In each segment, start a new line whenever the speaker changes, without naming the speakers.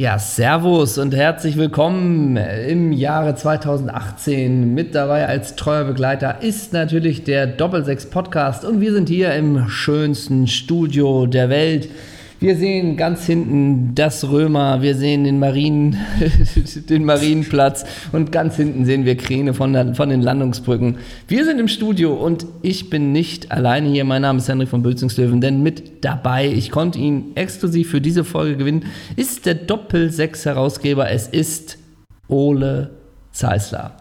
Ja, Servus und herzlich willkommen im Jahre 2018. Mit dabei als treuer Begleiter ist natürlich der Doppelsechs Podcast und wir sind hier im schönsten Studio der Welt. Wir sehen ganz hinten das Römer, wir sehen den, Marien, den Marienplatz und ganz hinten sehen wir Kräne von, der, von den Landungsbrücken. Wir sind im Studio und ich bin nicht alleine hier. Mein Name ist Henrik von Bülzingslöwen, denn mit dabei, ich konnte ihn exklusiv für diese Folge gewinnen, ist der Doppel-6-Herausgeber. Es ist Ole Zeisler.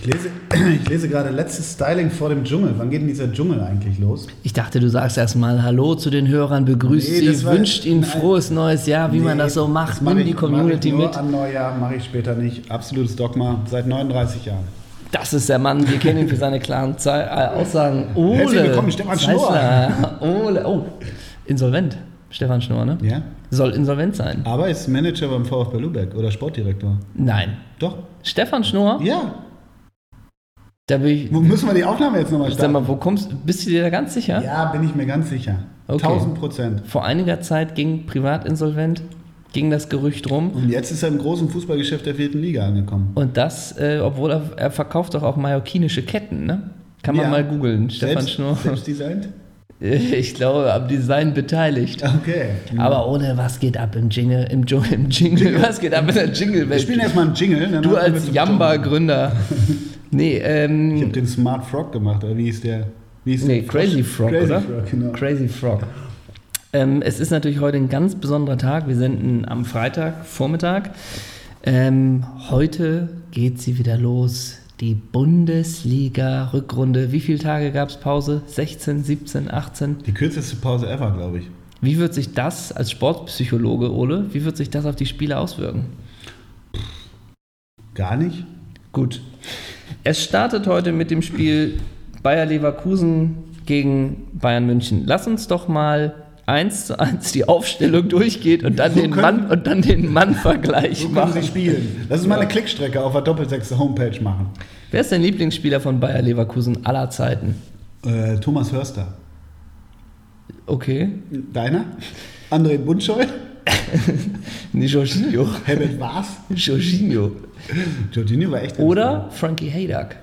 Ich lese, ich lese gerade letztes Styling vor dem Dschungel. Wann geht denn dieser Dschungel eigentlich los?
Ich dachte, du sagst erstmal Hallo zu den Hörern, begrüßt
Nee,
sie,
das war-
wünscht ihnen
nein.
frohes neues Jahr, wie man das so macht,
mach
nimm die
ich-
Community
mach ich nur
mit.
An Neujahr mache ich später nicht. Absolutes Dogma seit 39 Jahren.
Das ist der Mann, wir kennen ihn für seine klaren Zei äh, Aussagen. Ole,
Herzlich willkommen, Stefan Schnurr.
Zeissler. Ole, oh, insolvent, Stefan Schnurr, ne?
Ja?
Soll insolvent sein?
Aber ist Manager beim VfB Lübeck oder Sportdirektor.
Nein.
Doch.
Stefan Schnurr,
Ja.
da bin ich,
Wo müssen wir die Aufnahme jetzt nochmal
sag
starten?
mal, wo kommst bist du dir da ganz sicher?
Ja, bin ich mir ganz sicher.
Okay.
1000 Prozent.
Vor einiger Zeit ging privatinsolvent, ging das Gerücht rum.
Und jetzt ist er im großen Fußballgeschäft der vierten Liga angekommen.
Und das, äh, obwohl er, er verkauft doch auch mallorquinische Ketten, ne? Kann man
Ja.
mal googeln, Stefan
selbst,
Schnurr.
Selbst designt?
Ich glaube, am Design beteiligt.
Okay.
Aber ohne was geht ab im Jingle, im, Dschung- im Jingle, was geht ab in der
Wir spielen
Jingle-Welt?
erstmal einen Jingle. dann
Du
kommen wir
als
zum
Jamba-Gründer. Nee,
Ich habe
ähm,
den Smart Frog gemacht, oder wie hieß der? Wie hieß
nee,
der
Crazy Frog,
Crazy
oder?
Frog, genau.
Crazy Frog. Ähm, es ist natürlich heute ein ganz besonderer Tag. Wir senden am Freitag Vormittag. Ähm, heute geht sie wieder los. Die Bundesliga-Rückrunde. Wie viele Tage gab es Pause? 16, 17, 18?
Die kürzeste Pause ever, glaube ich.
Wie wird sich das als Sportpsychologe, Ole, wie wird sich das auf die Spiele auswirken?
Gar nicht?
Gut. Es startet heute mit dem Spiel Bayer Leverkusen gegen Bayern München. Lass uns doch mal eins zu eins die Aufstellung durchgehen und dann
So
den
können-
Mann und dann den Mann-Vergleich
So können
machen.
sie spielen. Lass uns mal eine Klickstrecke auf der Doppelsechste Homepage machen.
Wer ist dein Lieblingsspieler von Bayer Leverkusen aller Zeiten?
Äh, Thomas Hörster.
Okay.
Deiner? André Bunscheu?
Nee, Jorginho.
Herbert Waas?
Jorginho.
Jorginho war echt... ganz gut.
Oder Frankie Haydag.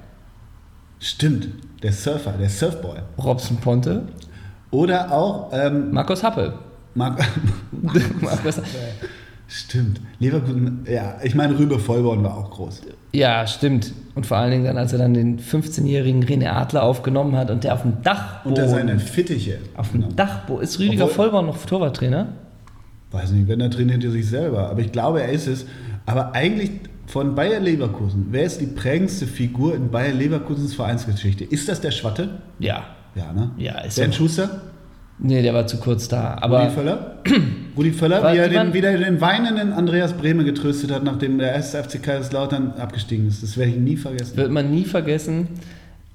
Stimmt. Der Surfer, der Surfboy.
Robson Ponte.
Oder auch... Ähm,
Markus Happel.
Mark
Markus,
Stimmt. Leverkusen, ja. Ich meine, Rübe Vollborn war auch groß.
ja, stimmt. Und vor allen Dingen dann, als er dann den 15-jährigen René Adler aufgenommen hat und der auf dem Dach.
Unter seine Fittiche.
Auf dem Dachboden. Ist Rüdiger
Genau. Obwohl-
Vollborn noch Torwarttrainer?
Weiß nicht, wenn er trainiert er sich selber. Aber ich glaube, er ist es. Aber eigentlich von Bayer Leverkusen, wer ist die prägendste Figur in Bayer Leverkusens Vereinsgeschichte? Ist das der Schwatte?
Ja.
Ja, ne?
Ja, ist
Bernd
so.
Schuster?
Nee, der war zu kurz da.
Rudi
Aber
Völler? Rudi Völler,
Weil
wie er,
die
den,
waren-
wie er den weinenden Andreas Brehme getröstet hat, nachdem der erste FC Kaiserslautern abgestiegen ist. Das werde ich nie vergessen.
wird man nie vergessen.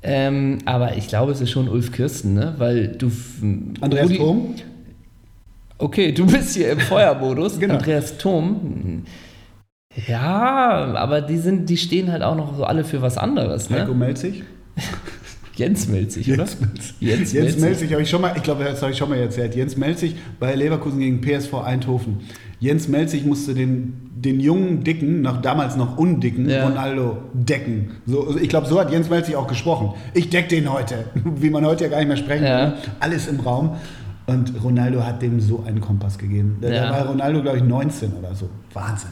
Ähm, aber ich glaube, es ist schon Ulf Kirsten, ne? Weil du. f-
Andreas
Rudi-
Thom?
Okay, du bist hier im Feuermodus.
Genau.
Andreas Thom. Ja, aber die sind, die stehen halt auch noch so alle für was anderes, ne?
Heiko Melzig?
Jens Milzig, oder?
Melzig.
Jens
Jens, Jens
Melzig.
Melzig habe ich schon mal, ich glaube, das habe ich schon mal erzählt. Jens Melzig bei Leverkusen gegen PSV Eindhoven. Jens Melzig musste den, den jungen Dicken, noch damals noch undicken
Ja.
Ronaldo decken. So, also ich glaube, so hat Jens Melzig auch gesprochen. Ich deck den heute, wie man heute ja gar nicht mehr sprechen
Ja.
kann. Alles im Raum. Und Ronaldo hat dem so einen Kompass gegeben. Da
Ja.
da war Ronaldo, glaube ich, 19 oder so. Wahnsinn.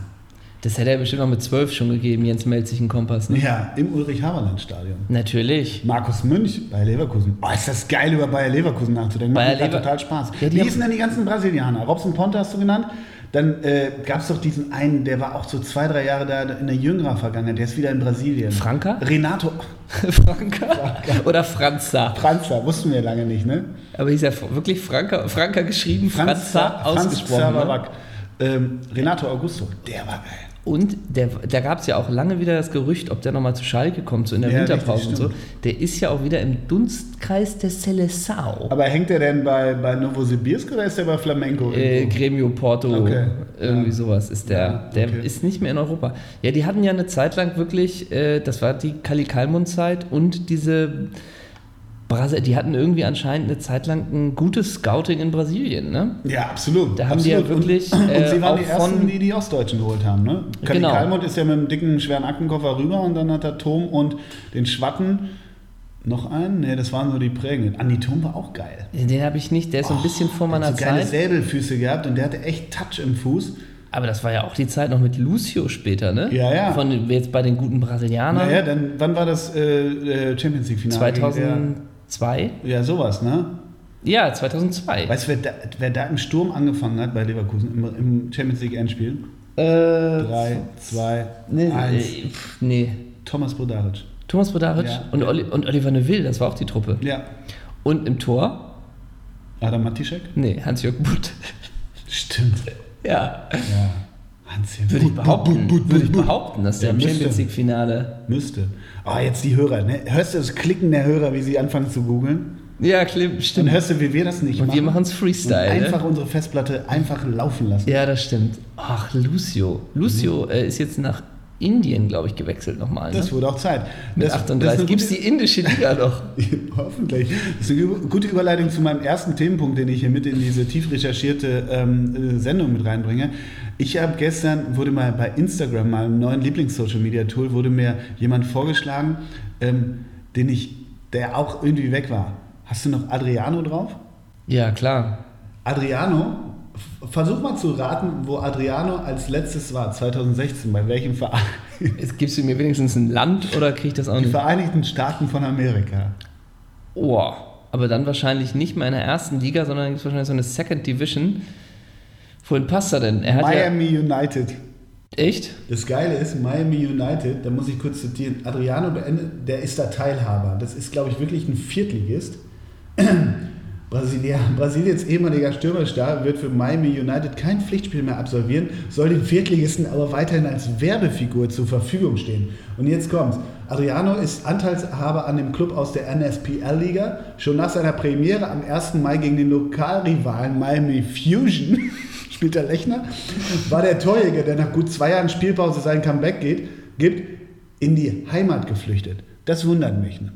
Das hätte er bestimmt noch mit zwölf schon gegeben, Jens Melzig einen Kompass, ne?
Ja, im Ulrich-Haberland-Stadion.
Natürlich.
Markus Münch bei Leverkusen. Oh, ist das geil, über Bayer Leverkusen nachzudenken. Macht
Bayer
mir grad
Lever-
total Spaß.
Ja, die
Wie
haben-
hießen denn die ganzen Brasilianer? Robson Ponte hast du genannt. Dann äh, gab es doch diesen einen, der war auch so zwei, drei Jahre da in der jüngerer Vergangenheit. Der ist wieder in Brasilien.
Franka?
Renato
Franka? Oder Franza?
Franzer, wussten wir lange nicht, ne?
Aber hieß ja wirklich Franka, Franka geschrieben, Franza ausgesprochen. ne?
Franz ähm, Renato Augusto, der war geil.
Und der, da gab es ja auch lange wieder das Gerücht, ob der nochmal zu Schalke kommt, so in der
Ja,
Winterpause und
richtig,
so. Der ist ja auch wieder im Dunstkreis der Seleção.
Aber hängt der denn bei, bei Novosibirsk oder ist der bei Flamengo?
Äh,
irgendwo?
Gremio Porto,
Okay.
irgendwie sowas ist der.
Ja,
der
okay.
ist nicht mehr in Europa. Ja, die hatten ja eine Zeit lang wirklich, äh, das war die Kali Kalmund-Zeit und diese Brasil, die hatten irgendwie anscheinend eine Zeit lang ein gutes Scouting in Brasilien, ne?
Ja, absolut.
Da haben die ja
absolut.
wirklich,
Und, und
äh,
sie waren
auch
die ersten,
von-
die die Ostdeutschen geholt haben, ne? Kadi
Genau.
Kalmund ist ja mit dem dicken, schweren Aktenkoffer rüber und dann hat er Tom und den Schwatten noch einen. Ne, das waren so die prägenden. Andi Tom war auch geil.
Den habe ich nicht, der ist so ein bisschen vor
Der
meiner
hat so geile
Zeit.
Säbelfüße gehabt und der hatte echt Touch im Fuß.
Aber das war ja auch die Zeit noch mit Lucio später, ne?
Ja, ja.
Von jetzt bei den guten Brasilianern.
Naja, dann, wann war das äh, äh, Champions League-Finale? gegen
2002?
Real? Ja, sowas, ne?
Ja, 2002.
Weißt du, wer da, wer da im Sturm angefangen hat bei Leverkusen im, im Champions League-Endspiel?
Äh,
3, 2,
nee,
1.
äh, pf, nee.
Thomas Brodaric.
Thomas Bodaric
Ja.
und, Oli und Oliver Neville, das war auch die Truppe.
Ja.
Und im Tor?
Adam Matischek?
Nee, Hans-Jürgen Butt.
Stimmt.
ja,
Ja. Hans
würde ich behaupten, würde ich behaupten, dass der
Ja,
im
müsste.
Champions League Finale.
Müsste. Oh, jetzt die Hörer. Ne? Hörst du das Klicken der Hörer, wie sie anfangen zu googeln?
Ja, klar,
Dann
stimmt.
hörst du, wie wir das nicht
Und
machen.
wir machen es
und
Freestyle. ne?
einfach unsere Festplatte einfach laufen lassen.
Ja, das stimmt. Ach, Lucio. Lucio äh, ist jetzt nach Indien, glaube ich, gewechselt nochmal. Ne?
Mhm. Das wurde auch Zeit.
Mit
das,
38. Gibt es
Das
die indische Liga noch?
ist eine gute, hoffentlich. Das ist eine gü- gute Überleitung zu meinem ersten Themenpunkt, den ich hier mit in diese tief recherchierte ähm, äh, Sendung mit reinbringe. Ich habe gestern, wurde mal bei Instagram, meinem neuen Lieblings-Social-Media-Tool, wurde mir jemand vorgeschlagen, ähm, den ich, der auch irgendwie weg war. Hast du noch Adriano drauf?
Ja, klar.
Adriano, f- versuch mal zu raten, wo Adriano als letztes war, 2016, bei welchem Verein?
Jetzt gibst du mir wenigstens ein Land oder krieg ich das auch
Die
nicht?
Vereinigten Staaten von Amerika.
Oh, aber dann wahrscheinlich nicht mehr in der ersten Liga, sondern gibt's wahrscheinlich so eine Second Division. Wohin passt er denn? Er hat
Miami United.
ja. Echt?
Das Geile ist, Miami United, da muss ich kurz zitieren, Adriano beendet, der ist da Teilhaber. Das ist, glaube ich, wirklich ein Viertligist. Brasilia, Brasiliens ehemaliger Stürmerstar wird für Miami United kein Pflichtspiel mehr absolvieren, soll dem Viertligisten aber weiterhin als Werbefigur zur Verfügung stehen. Und jetzt kommt's. Adriano ist Anteilshaber an dem Club aus der NSPL-Liga. Schon nach seiner Premiere am 1. Mai gegen den Lokalrivalen Miami Fusion, spielt der Lechner, war der Torjäger, der nach gut zwei Jahren Spielpause sein Comeback geht, gibt, in die Heimat geflüchtet. Das wundert mich. Ne?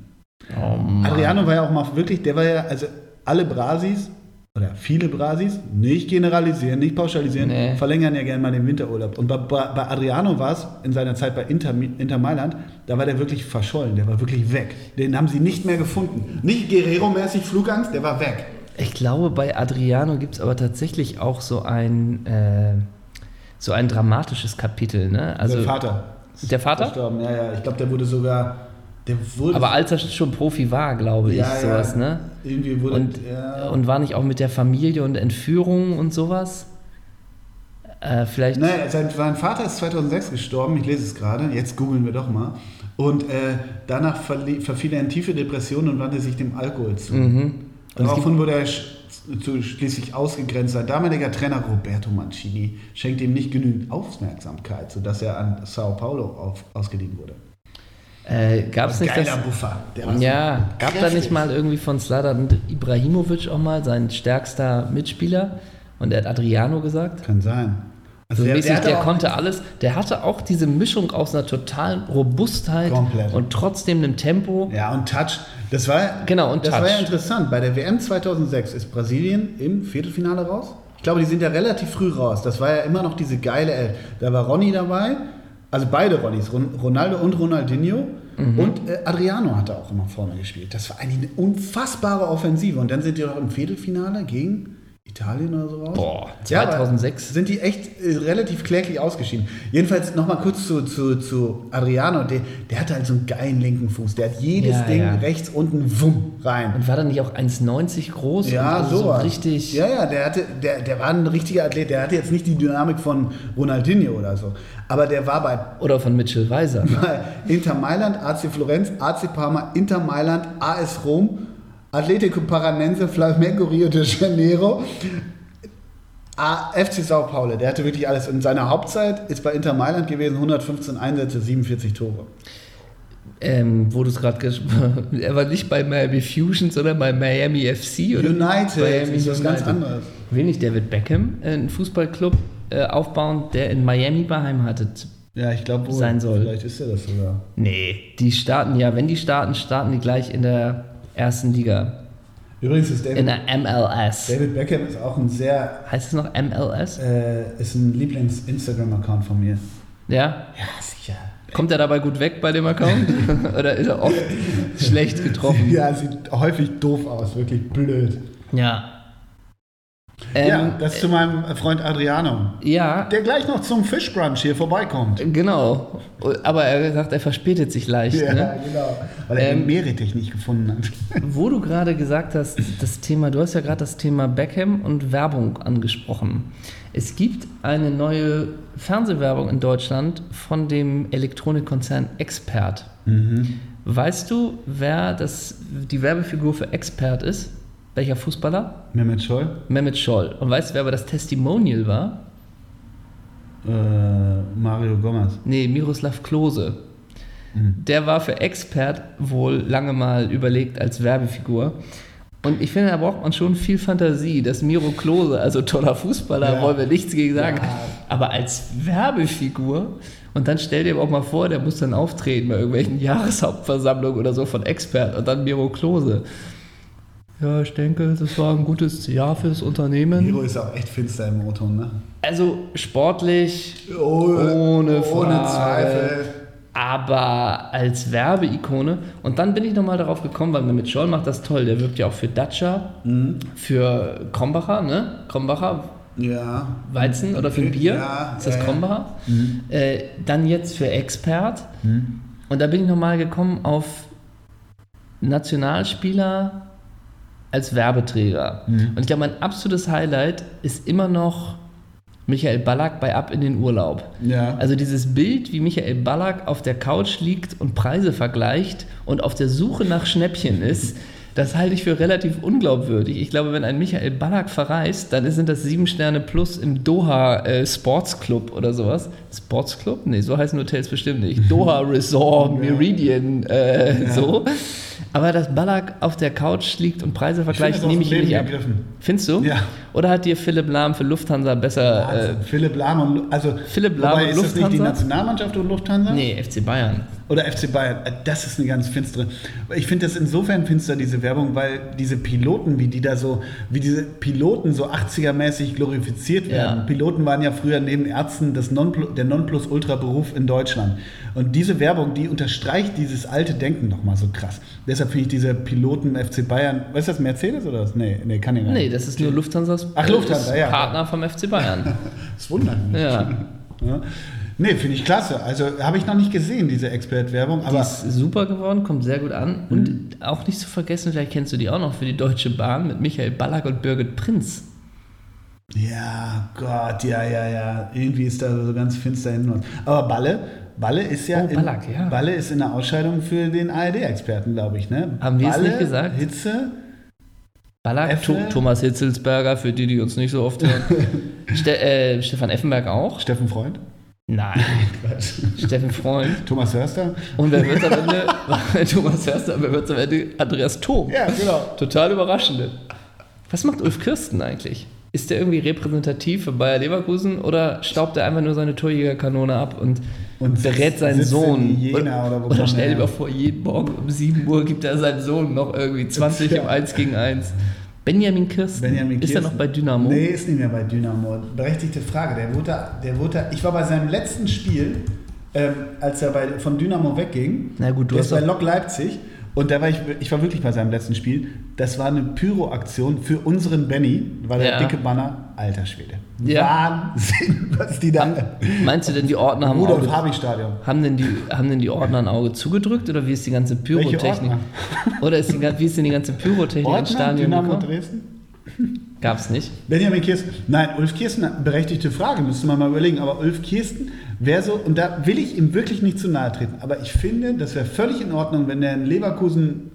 Oh Mann.
Adriano war ja auch mal wirklich, der war ja, also alle Brasis oder viele Brasis, nicht generalisieren, nicht pauschalisieren,
Nee.
verlängern ja gerne mal den Winterurlaub. Und bei, bei bei Adriano war es in seiner Zeit bei Inter, Inter Mailand, da war der wirklich verschollen, der war wirklich weg. Den haben sie nicht mehr gefunden. Nicht Guerrero-mäßig Flugangst, der war weg.
Ich glaube, bei Adriano gibt es aber tatsächlich auch so ein, äh, so ein dramatisches Kapitel. Ne? Also,
der Vater. ist
Der Vater?
Verstorben. Ja, ja, ich glaube, der wurde sogar, der wurde,
Aber als er schon Profi war, glaube ich,
Ja, ja.
sowas, ne?
irgendwie wurde,
Und,
ja.
und war nicht auch mit der Familie und Entführung und sowas? Äh, vielleicht.
Naja, Ne, sein, sein Vater ist 2006 gestorben, ich lese es gerade, jetzt googeln wir doch mal. Und äh, danach verli- verfiel er in tiefe Depressionen und wandte sich dem Alkohol zu.
Mhm. Und es gibt,
Daraufhin wurde er sch zu schließlich ausgegrenzt. Sein damaliger Trainer Roberto Mancini schenkte ihm nicht genügend Aufmerksamkeit, sodass er an Sao Paulo auf, ausgeliehen wurde.
äh, gab's nicht
Geiler
das?
Buffer. Der war so
Ja, gab da
kräftig.
nicht mal irgendwie von Sladan Ibrahimovic auch mal sein stärkster Mitspieler? Und er hat Adriano gesagt.
Kann sein. Also
So mäßig,
hat
der,
aber auch-
konnte alles. Der hatte auch diese Mischung aus einer totalen Robustheit
Komplett.
und trotzdem einem Tempo.
Ja, und Touch. Das war,
Genau, und
das
Touch.
war ja interessant. Bei der WM 2006 ist Brasilien im Viertelfinale raus. Ich glaube, die sind ja relativ früh raus. Das war ja immer noch diese geile Elf. Da war Ronny dabei, also beide Ronnys, Ron- Ronaldo und Ronaldinho.
Mhm.
Und äh, Adriano hat da auch immer vorne gespielt. Das war eigentlich eine unfassbare Offensive. Und dann sind die doch im Viertelfinale gegen Italien oder so raus.
Boah,
Ja, aber
2006.
sind die echt äh, relativ kläglich ausgeschieden. Jedenfalls nochmal kurz zu, zu, zu Adriano. Der, der hatte halt so einen geilen linken Fuß. Der hat jedes
Ja,
Ding
ja.
rechts unten wumm rein.
Und war dann nicht auch 1,90 groß?
Ja,
und also so
sowas.
richtig.
Ja, ja, der, hatte, der, der war ein richtiger Athlet. Der hatte jetzt nicht die Dynamik von Ronaldinho oder so. Aber der war bei
Oder von Mitchell Weiser.
bei Inter Mailand, AC Florenz, AC Parma, Inter Mailand, AS Rom, Atletico Paranense, Flamengo Rio de Janeiro, A- FC Sao Paulo. Der hatte wirklich alles. In seiner Hauptzeit ist bei Inter Mailand gewesen 115 Einsätze, 47 Tore.
Ähm, wo du es gerade gesprochen Er war nicht bei Miami Fusion, sondern bei Miami FC. Oder?
Genau. United
Miami
ist was ganz
United.
anderes.
Will nicht David Beckham äh, einen Fußballclub äh, aufbauen, der in Miami beheimatet?
Ja, ich glaube,
Sein soll.
vielleicht ist er das sogar.
Nee, die starten ja, wenn die starten, starten die gleich in der ersten Liga.
Übrigens ist
In
David,
der MLS.
David Beckham ist auch ein sehr,
Heißt es noch MLS?
äh, ist ein Lieblings-Instagram-Account von mir.
Ja.
Ja, sicher.
Kommt er dabei gut weg bei dem Account? Oder ist er oft schlecht getroffen?
Ja, sieht häufig doof aus, wirklich blöd.
Ja. Ähm,
ja,
ja,
das zu meinem Freund Adriano, der gleich noch zum Fischbrunch hier vorbeikommt.
genau. Aber er sagt, er verspätet sich leicht. Ne?
genau. Weil er
Ähm,
den Meerrettich nicht gefunden hat.
Wo du gerade gesagt hast, das Thema, du hast ja gerade das Thema Beckham und Werbung angesprochen. Es gibt eine neue Fernsehwerbung in Deutschland von dem Elektronikkonzern Expert. Weißt du, wer das, die Werbefigur für Expert ist? Welcher Fußballer?
Mehmet Scholl,
Mehmet Scholl. Und weißt du, wer aber das Testimonial war?
äh, Mario Gomez.
Nee, Miroslav Klose.
Mhm.
Der war für Expert wohl lange mal überlegt als Werbefigur. Und ich finde, da braucht man schon viel Fantasie, dass Miro Klose, also toller Fußballer,
Ja.
wollen wir nichts gegen sagen,
Ja.
aber als Werbefigur. Und dann stell dir aber auch mal vor, der muss dann auftreten bei irgendwelchen Jahreshauptversammlungen oder so von Expert und dann Miro Klose. Ja, ich denke, das war ein gutes Jahr fürs Unternehmen.
Miro ist auch echt finster im Auto, ne?
Also sportlich
ohne
ohne Frage.
Zweifel.
aber als Werbeikone. Und dann bin ich nochmal darauf gekommen, weil Mehmet Scholl macht das toll. Der wirbt ja auch für Dacia,
Mhm.
für Krombacher, ne? Krombacher
Ja.
Weizen oder für Bier.
Ja,
ist das
ja, Mhm. ja.
Krombacher? Äh, dann jetzt für Expert.
Mhm.
Und da bin ich nochmal gekommen auf Nationalspieler als Werbeträger.
Mhm.
Und ich glaube, mein absolutes Highlight ist immer noch Michael Ballack bei Ab in den Urlaub.
Ja.
Also dieses Bild, wie Michael Ballack auf der Couch liegt und Preise vergleicht und auf der Suche nach Schnäppchen ist, das halte ich für relativ unglaubwürdig. Ich glaube, wenn ein Michael Ballack verreist, dann sind das sieben Sterne plus im Doha äh, Sports Club oder sowas. Sports Club? Nee, so heißen Hotels bestimmt nicht. Doha Resort, Meridian, äh, so. Aber dass Ballack auf der Couch liegt und Preise vergleicht,
das aus
nehme
dem
ich ihm
Leben
nicht ab.
gegriffen.
Findest du?
Ja.
Oder hat dir Philipp Lahm für Lufthansa besser... Äh,
Also, Philipp Lahm und also
Philipp Lahm
wobei,
und
ist das nicht die
Lufthansa?
Nationalmannschaft und Lufthansa?
äh, nee, FC Bayern.
Oder FC Bayern, Äh, das ist eine ganz finstere. Ich finde das insofern finster, diese Werbung, weil diese Piloten, wie die da so, wie diese Piloten so 80er-mäßig glorifiziert werden.
Ja.
Piloten waren ja früher neben Ärzten das Nonplu- der Nonplusultra-Beruf in Deutschland. Und diese Werbung, die unterstreicht dieses alte Denken nochmal so krass. Deshalb finde ich diese Piloten FC Bayern, was ist das, Mercedes oder was? Nee, nee kann ich nicht.
Nee, das ist nur Lufthansas
Ach, Lufthansa, ja.
Partner vom FC Bayern.
Das wundert mich.
ja.
Ja. Nee, finde ich klasse. Also habe ich noch nicht gesehen, diese Expert-Werbung,
Die
aber Mhm.
ist super geworden, kommt sehr gut an. Und auch nicht zu vergessen, vielleicht kennst du die auch noch für die Deutsche Bahn mit Michael Ballack und Birgit Prinz.
Ja, Gott, ja, ja, ja. Irgendwie ist da so ganz finster hinten. was. Aber Balle, Balle ist ja,
Oh, Ballack,
in,
ja.
Balle ist in der Ausscheidung für den ARD-Experten, glaube ich, ne?
Haben wir es
Balle,
nicht gesagt?
Hitze,
Ballack,
Effel.
Tho- Thomas Hitzelsberger, für die, die uns nicht so oft hören. Ste äh, Stefan Effenberg auch?
Steffen Freund,
Nein, Steffen Freund.
Thomas Hörster.
Und wer wird am Ende? Thomas Förster, wer wird am Ende? Andreas Thom.
Ja, genau.
Total überraschend. Was macht Ulf Kirsten eigentlich? Ist der irgendwie repräsentativ für Bayer Leverkusen oder staubt er einfach nur seine Torjägerkanone ab und,
Und
berät
sitzt-
seinen
sitzt
Sohn?
in Jena
oder
oder wo kommt
stell dir
er
mal
her?
vor, jeden Morgen um 7 Uhr gibt er seinem Sohn noch irgendwie 20 im
Ja.
1 gegen 1. Benjamin Kirsten,
Benjamin
ist er
Kirsten.
noch bei Dynamo?
Nee, ist nicht mehr bei Dynamo. Berechtigte Frage. Der wurde, da- der wurde, da- ich war bei seinem letzten Spiel, ähm, als er bei, von Dynamo wegging.
Na gut, du
der
hast
ist bei
doch-
Lok Leipzig. Und da war ich, ich war wirklich bei seinem letzten Spiel. Das war eine Pyro-Aktion für unseren Benny, war der
Ja.
dicke Banner, alter Schwede.
Ja.
Wahnsinn, was die da.
Meinst du denn, die Ordner haben,
Rudolf
Auge,
Habig Stadion.
haben, denn die, haben denn die Ordner ein Auge zugedrückt oder wie ist die ganze Pyrotechnik?
Ordner?
Oder ist die, ga- wie ist denn die ganze Pyrotechnik ins
Ordner,
Stadion
Dynamo
gekommen?
Dresden.
Gab's nicht.
Benjamin Kirsten, nein, Ulf Kirsten, berechtigte Frage, müsste man mal überlegen, aber Ulf Kirsten wäre so, und da will ich ihm wirklich nicht zu nahe treten, aber ich finde, das wäre völlig in Ordnung, wenn der in Leverkusen,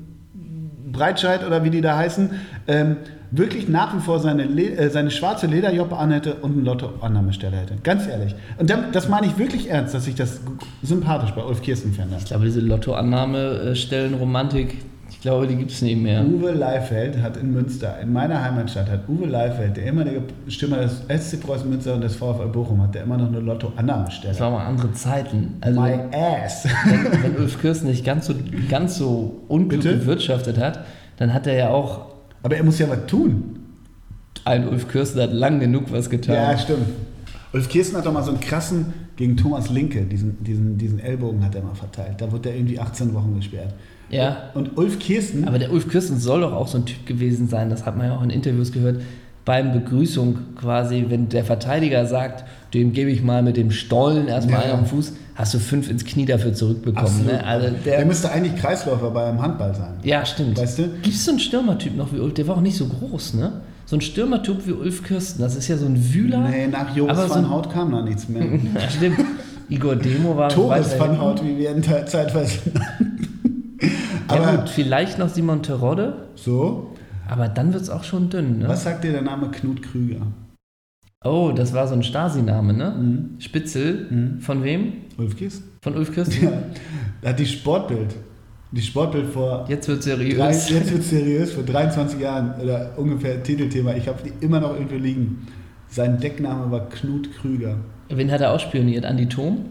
Breitscheid oder wie die da heißen, ähm, wirklich nach wie vor seine, Le äh, seine schwarze Lederjoppe anhätte und einen Lotto-Annahmestelle hätte. Ganz ehrlich. Und dann, das meine ich wirklich ernst, dass ich das g- sympathisch bei Ulf Kirsten fände.
Ich glaube, diese Lottoannahme-Stellen-Romantik, ich glaube, die gibt es nicht mehr.
Uwe Leifeld hat in Münster, in meiner Heimatstadt, hat Uwe Leifeld, der ehemalige Stürmer des SC Preußen Münster und des VfL Bochum, hat der immer noch eine
Das
Lotto-Annahmestelle.
waren mal andere Zeiten. Also,
My
wenn,
ass.
wenn Ulf Kirsten nicht ganz so, ganz so unklug
Bitte?
gewirtschaftet hat, dann hat er ja auch,
Aber er muss ja was tun.
ein Ulf Kürsten hat lang genug was getan.
Ja, stimmt. Ulf Kirsten hat doch mal so einen krassen gegen Thomas Linke, diesen, diesen, diesen Ellbogen hat er mal verteilt. Da wurde er irgendwie 18 Wochen gesperrt.
Ja.
Und Ulf Kirsten,
Aber der Ulf Kirsten soll doch auch so ein Typ gewesen sein, das hat man ja auch in Interviews gehört, beim Begrüßung quasi, wenn der Verteidiger sagt, dem gebe ich mal mit dem Stollen erstmal
Ja.
einen am Fuß, hast du fünf ins Knie dafür zurückbekommen. Ne? Also
der,
der,
müsste eigentlich Kreisläufer beim Handball sein.
ja, stimmt.
Weißt du?
Gibt es so einen Stürmertyp noch wie Ulf? Der war auch nicht so groß, ne? So ein Stürmertyp wie Ulf Kirsten, das ist ja so ein Wühler.
Nee, nach Joris
Aber so
van
ein-
Hout kam da nichts mehr.
Ja, stimmt. Igor Demo war
Torres
weiter
van
hinten.
Hout, wie wir ihn te- zeitweise
Ja,
Aber
gut, vielleicht noch Simon Terodde,
so,
aber dann wird es auch schon dünn, ne?
was sagt dir der Name Knut Krüger?
Oh, das war so ein Stasi-Name, ne? Spitzel.
Mhm.
Von wem?
Ulf Kirsten?
Von Ulf Kirsten?
Ja, da hat die Sportbild, die Sportbild vor,
Jetzt wird
drei,
seriös.
jetzt wird seriös, vor 23 Jahren oder ungefähr Titelthema, ich habe die immer noch irgendwo liegen. Sein Deckname war Knut Krüger,
Wen hat er ausspioniert? Andi Thom?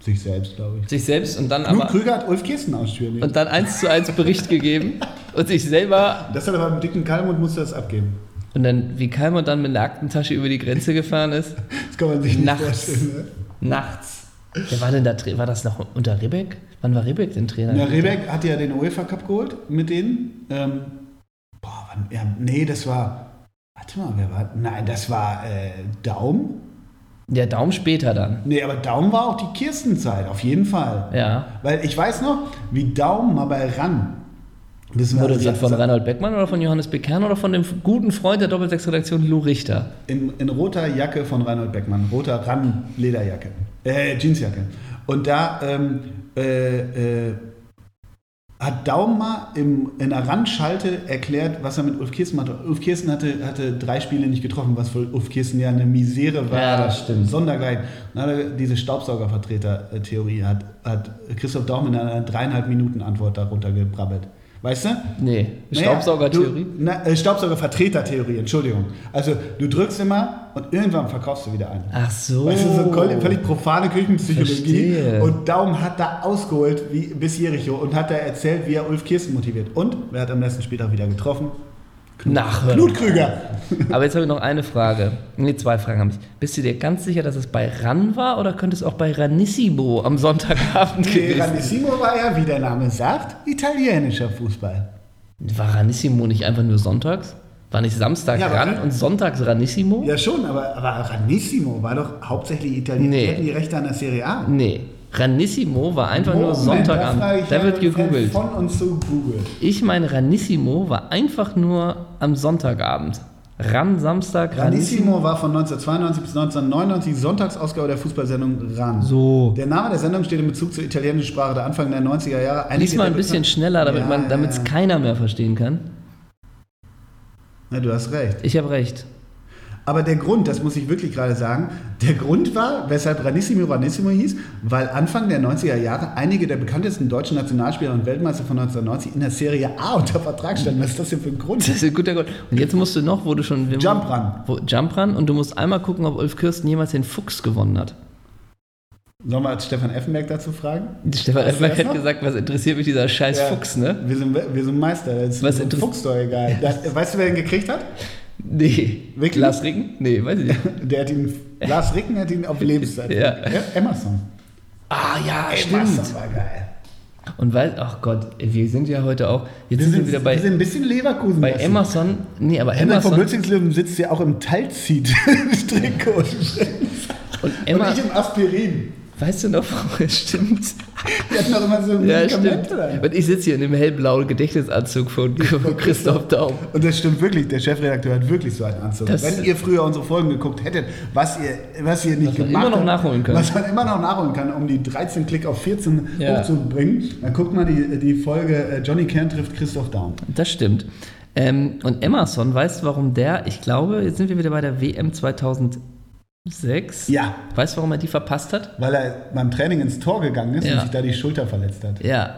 sich selbst, glaube ich.
Sich selbst und dann
Knut
aber.
Krüger hat Ulf Kirsten ausspioniert.
Und dann eins zu eins Bericht gegeben und sich selber.
Das hat er beim dicken Kalmund, musste das abgeben.
Und dann, wie Kalmer dann mit einer Aktentasche über die Grenze gefahren ist,
Das kann man sich nicht
Nachts.
vorstellen. Ne?
nachts. Wer war denn da drin? War das noch unter Rebeck? Wann war Rebeck denn Trainer?
Na, Rebeck hat ja den UEFA Cup geholt mit denen. Ähm, boah, wann, ja, nee, das war. Warte mal, wer war. Nein, das war äh, Daum.
Der Daum später dann.
Nee, aber Daum war auch die Kirstenzeit, auf jeden Fall.
Ja.
Weil ich weiß noch, wie Daum mal bei RAN. Das war-
Moderiert von
sa-
Reinhold Beckmann oder von Johannes Beckern oder von dem guten Freund der Doppelsechs-Redaktion Lou Richter?
In, in roter Jacke von Reinhold Beckmann. Roter RAN-Lederjacke. Äh, Jeansjacke. Und da ähm, äh, äh, hat Daum mal im, in der Randschalte erklärt, was er mit Ulf Kirsten hatte. Ulf Kirsten hatte, hatte drei Spiele nicht getroffen, was für Ulf Kirsten ja eine Misere war.
Ja, das stimmt.
Sondergleich. Dann hat er diese Staubsaugervertreter-Theorie hat, hat Christoph Daum in einer dreieinhalb Minuten Antwort darunter gebrabbelt. Weißt du?
Nee,
Naja,
Staubsaugertheorie.
du- Na, äh, Staubsaugervertretertheorie, Entschuldigung. Also du drückst immer und irgendwann verkaufst du wieder einen.
Ach so.
Weißt du, so eine völlig profane Küchenpsychologie.
Oh. Verstehe.
Und Daum hat da ausgeholt wie bis Jericho und hat da erzählt, wie er Ulf Kirsten motiviert. Und wer hat am nächsten Spieltag wieder getroffen?
Nachhören.
Knut Krüger.
Aber jetzt habe ich noch eine Frage. Nee, zwei Fragen habe ich. Bist du dir ganz sicher, dass es bei RAN war oder könnte es auch bei Ranissimo am Sonntagabend gewesen sein?
Ranissimo war ja, wie der Name sagt, italienischer Fußball.
War Ranissimo nicht einfach nur sonntags? War nicht Samstag
Ja, aber
RAN
Ran-
und sonntags Ranissimo?
Ja schon, aber, aber Ranissimo war doch hauptsächlich Italiener.
Nee.
Die hatten die Rechte an der Serie A.
Nee. Ranissimo war einfach nur
Moment, da frage
Sonntagabend.
ich
Da wird
einen Fan
gegoogelt.
Von und zu Google.
Ich meine, Ranissimo war einfach nur am Sonntagabend. RAN Samstag, Ranissimo.
Ranissimo war von 1992 bis 1999 die Sonntagsausgabe der Fußballsendung RAN.
So.
Der Name der Sendung steht in Bezug zur italienischen Sprache der Anfang der 90er Jahre. Einige
Lies mal ein
der
bisschen
Begriffe-
schneller, damit
Ja,
man,
ja,
damit es
ja.
keiner mehr verstehen kann.
Na, du hast recht.
Ich habe recht.
Aber der Grund, das muss ich wirklich gerade sagen, der Grund war, weshalb Ranissimo Ranissimo hieß, weil Anfang der 90er Jahre einige der bekanntesten deutschen Nationalspieler und Weltmeister von 1990 in der Serie A unter Vertrag standen. Was ist das denn für ein Grund?
Das ist ein guter Grund. Und jetzt musst du noch, wo du schon.
Jump Run.
Wo, Jump Run und du musst einmal gucken, ob Ulf Kirsten jemals den Fuchs gewonnen hat.
Sollen wir Stefan Effenberg dazu fragen?
Stefan
Weißt du
Effenberg
das
hat
noch?
gesagt, was interessiert mich dieser scheiß
Ja.
Fuchs, ne?
Wir sind, wir sind Meister. Das ist
Was
dem
interess-
Fuchs doch egal. Das, weißt du, wer ihn gekriegt hat?
Nee.
Wirklich?
Lars Ricken? Nee, weiß ich nicht.
Der hat ihn, Lars Ricken hat ihn auf Lebenszeit.
Ja.
gekriegt. Emerson.
ah ja,
Emerson war geil.
Und weil, ach Gott, wir sind ja heute auch. Jetzt sind wir wieder
wir
bei,
sind ein bisschen Leverkusen.
bei
lassen.
Emerson. Nee, aber
Henrik von
Emerson.
Mützingslöwen sitzt ja auch im Talzit-Trikot.
Und
Und
Emma,
ich im Aspirin.
weißt du noch, wo es stimmt?
Die hatten doch immer so ein
Ja,
Medikament
stimmt.
rein.
Und ich sitze hier in dem hellblauen Gedächtnisanzug von, von Christoph Daum.
Und das stimmt wirklich, der Chefredakteur hat wirklich so einen Anzug.
Das-
Wenn ihr früher unsere Folgen geguckt hättet, was ihr, was ihr nicht
man
gemacht
immer noch
habt,
nachholen kann.
was man immer noch nachholen kann, um die 13 Klick auf 14
Ja.
hochzubringen, dann guckt mal die, die Folge äh, Johnny Kern trifft Christoph Daum.
Das stimmt. Ähm, und Emerson, weißt du, warum der, ich glaube, jetzt sind wir wieder bei der WM 2006.
Ja,
Weißt du, warum er die verpasst hat?
weil er beim Training ins Tor gegangen ist
Ja.
und sich da die Schulter verletzt hat.
Ja.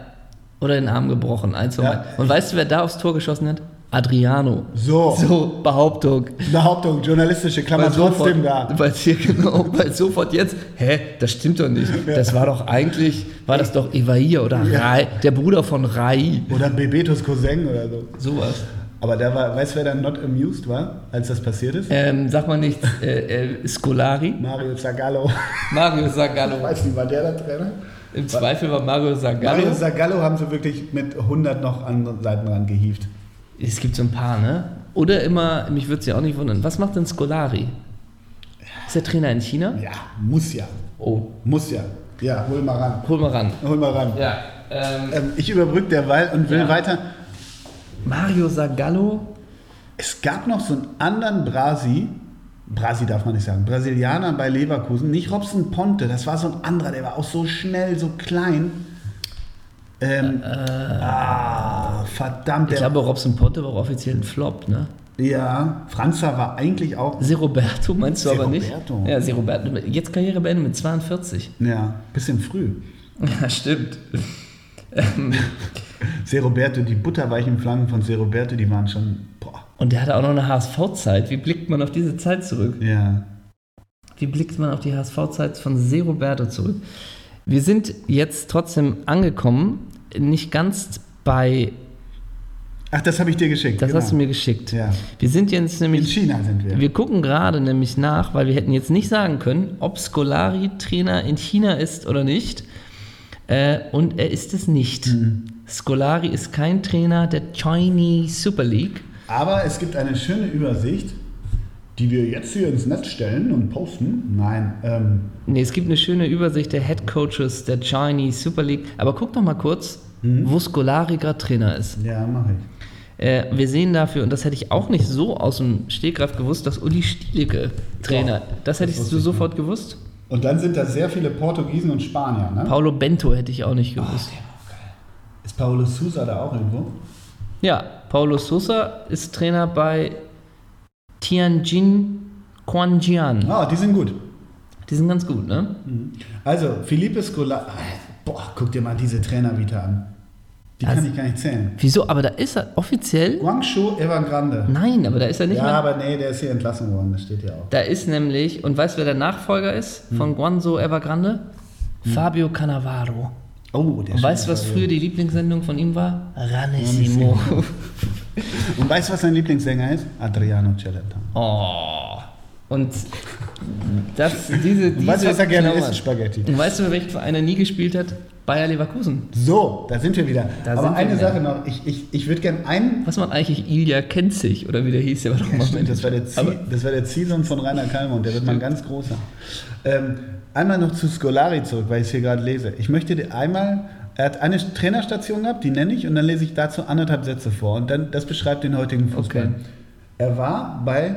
Oder den Arm gebrochen, eins von
Ja.
beiden. Und weißt du, wer da aufs Tor geschossen hat? Adriano.
So.
So, Behauptung.
Behauptung, journalistische Klammer
Weil
trotzdem da.
Weil, hier, genau, weil sofort jetzt, hä, das stimmt doch nicht. Das war doch eigentlich, war das doch Evair oder
Ja.
Rai, der Bruder von Rai.
Oder Bebetos Cousin oder so.
Sowas.
Aber da war, weißt du, wer dann not amused war, als das passiert ist?
Ähm, sag mal nichts, äh, äh, Scolari.
Mario Zagallo.
Mario Sagallo.
Weiß nicht, war der da Trainer?
Im Zweifel war Mario Sagallo.
Mario Zagallo haben sie wirklich mit 100 noch an Seiten ran gehievt.
Es gibt so ein paar, ne? Oder immer, mich würde es ja auch nicht wundern, was macht denn Scolari? Ist der Trainer in China?
Ja, muss ja.
Oh,
Muss ja. Ja, hol mal ran.
hol mal ran.
Hol mal ran.
Ja. Ähm,
Ähm, ich überbrücke derweil und will
Ja.
weiter.
Mario Sagallo?
Es gab noch so einen anderen Brasi, Brasi darf man nicht sagen, Brasilianer bei Leverkusen, nicht Robson Ponte, das war so ein anderer, der war auch so schnell, so klein. Ähm, ah, verdammt,
Äh, Ich
der,
glaube, Robson Ponte war auch offiziell ein Flop, ne?
ja, Franza war eigentlich auch,
Se Roberto meinst du
Se
aber
Roberto.
nicht? Ja, Se Roberto. Jetzt Karriere beenden mit 42.
ja, bisschen früh.
Ja, stimmt. Ähm,
Se Roberto, die butterweichen Flanken von Se Roberto, die waren schon, boah,
Und der hatte auch noch eine HSV-Zeit. Wie blickt man auf diese Zeit zurück?
ja.
Wie blickt man auf die HSV-Zeit von Se Roberto zurück? Wir sind jetzt trotzdem angekommen, nicht ganz bei,
Ach, das habe ich dir geschickt.
das
genau.
hast du mir geschickt.
Ja.
Wir sind jetzt
In
nämlich,
China sind wir.
wir gucken gerade nämlich nach, weil wir hätten jetzt nicht sagen können, ob Scolari Trainer in China ist oder nicht. Äh, und er ist es nicht.
Mhm.
Scolari ist kein Trainer der Chinese Super League.
Aber es gibt eine schöne Übersicht, die wir jetzt hier ins Netz stellen und posten. Nein, ähm,
Nee, es gibt eine schöne Übersicht der Head Coaches der Chinese Super League. Aber guck doch mal kurz,
Mhm.
wo Scolari gerade Trainer ist.
ja, mache ich.
Äh, wir sehen dafür, und das hätte ich auch nicht so aus dem Stegreif gewusst, dass Uli Stielicke Trainer.
Doch,
das
das
hättest
wusste
du
ich
sofort gewusst.
Und dann sind da sehr viele Portugiesen und Spanier, ne?
Paulo Bento hätte ich auch nicht
Ah,
gewusst.
ist Paulo Sousa da auch irgendwo?
Ja, Paulo Sosa ist Trainer bei Tianjin Quanjian.
Ah, die sind gut.
Die sind ganz gut, ne?
Also, Felipe Scolari. Boah, guck dir mal diese Trainer-Vita an. Die
Also-
kann ich gar nicht zählen.
Wieso? Aber da ist er offiziell?
Guangzhou Evergrande.
Nein, aber da ist er nicht
Ja,
mehr.
aber nee, der ist hier entlassen worden, das steht ja auch.
Da ist nämlich, und weißt du, wer der Nachfolger ist
Hm.
von Guanzo Evergrande? Fabio Cannavaro.
Oh, der
Und weißt du,
steht
was
da
früher die Lieblingssendung von ihm war? Ranissimo.
hier. Und weißt du, was sein Lieblingssänger ist? Adriano Celentano.
Oh. Und das, diese, diese
Und weißt du, was er gerne
Klammern.
isst? Spaghetti.
Und weißt du, welchen Verein er nie gespielt hat? Bayer Leverkusen.
So, da sind wir wieder.
Da
Aber
sind wir
eine
wieder.
Sache noch, ich, ich, ich würde gerne einen.
Was man eigentlich Ilja Kenzig oder wie der hieß, der war doch mal
Stimmt, das war der,
Manager. Aber
Ziel, das war der Zielsohn von Rainer Kalmer und der wird mal ein ganz großer. Ähm, einmal noch zu Scolari zurück, weil ich es hier gerade lese. Ich möchte dir einmal, er hat eine Trainerstation gehabt, die nenne ich und dann lese ich dazu anderthalb Sätze vor und dann das beschreibt den heutigen Fußball.
Okay.
Er war bei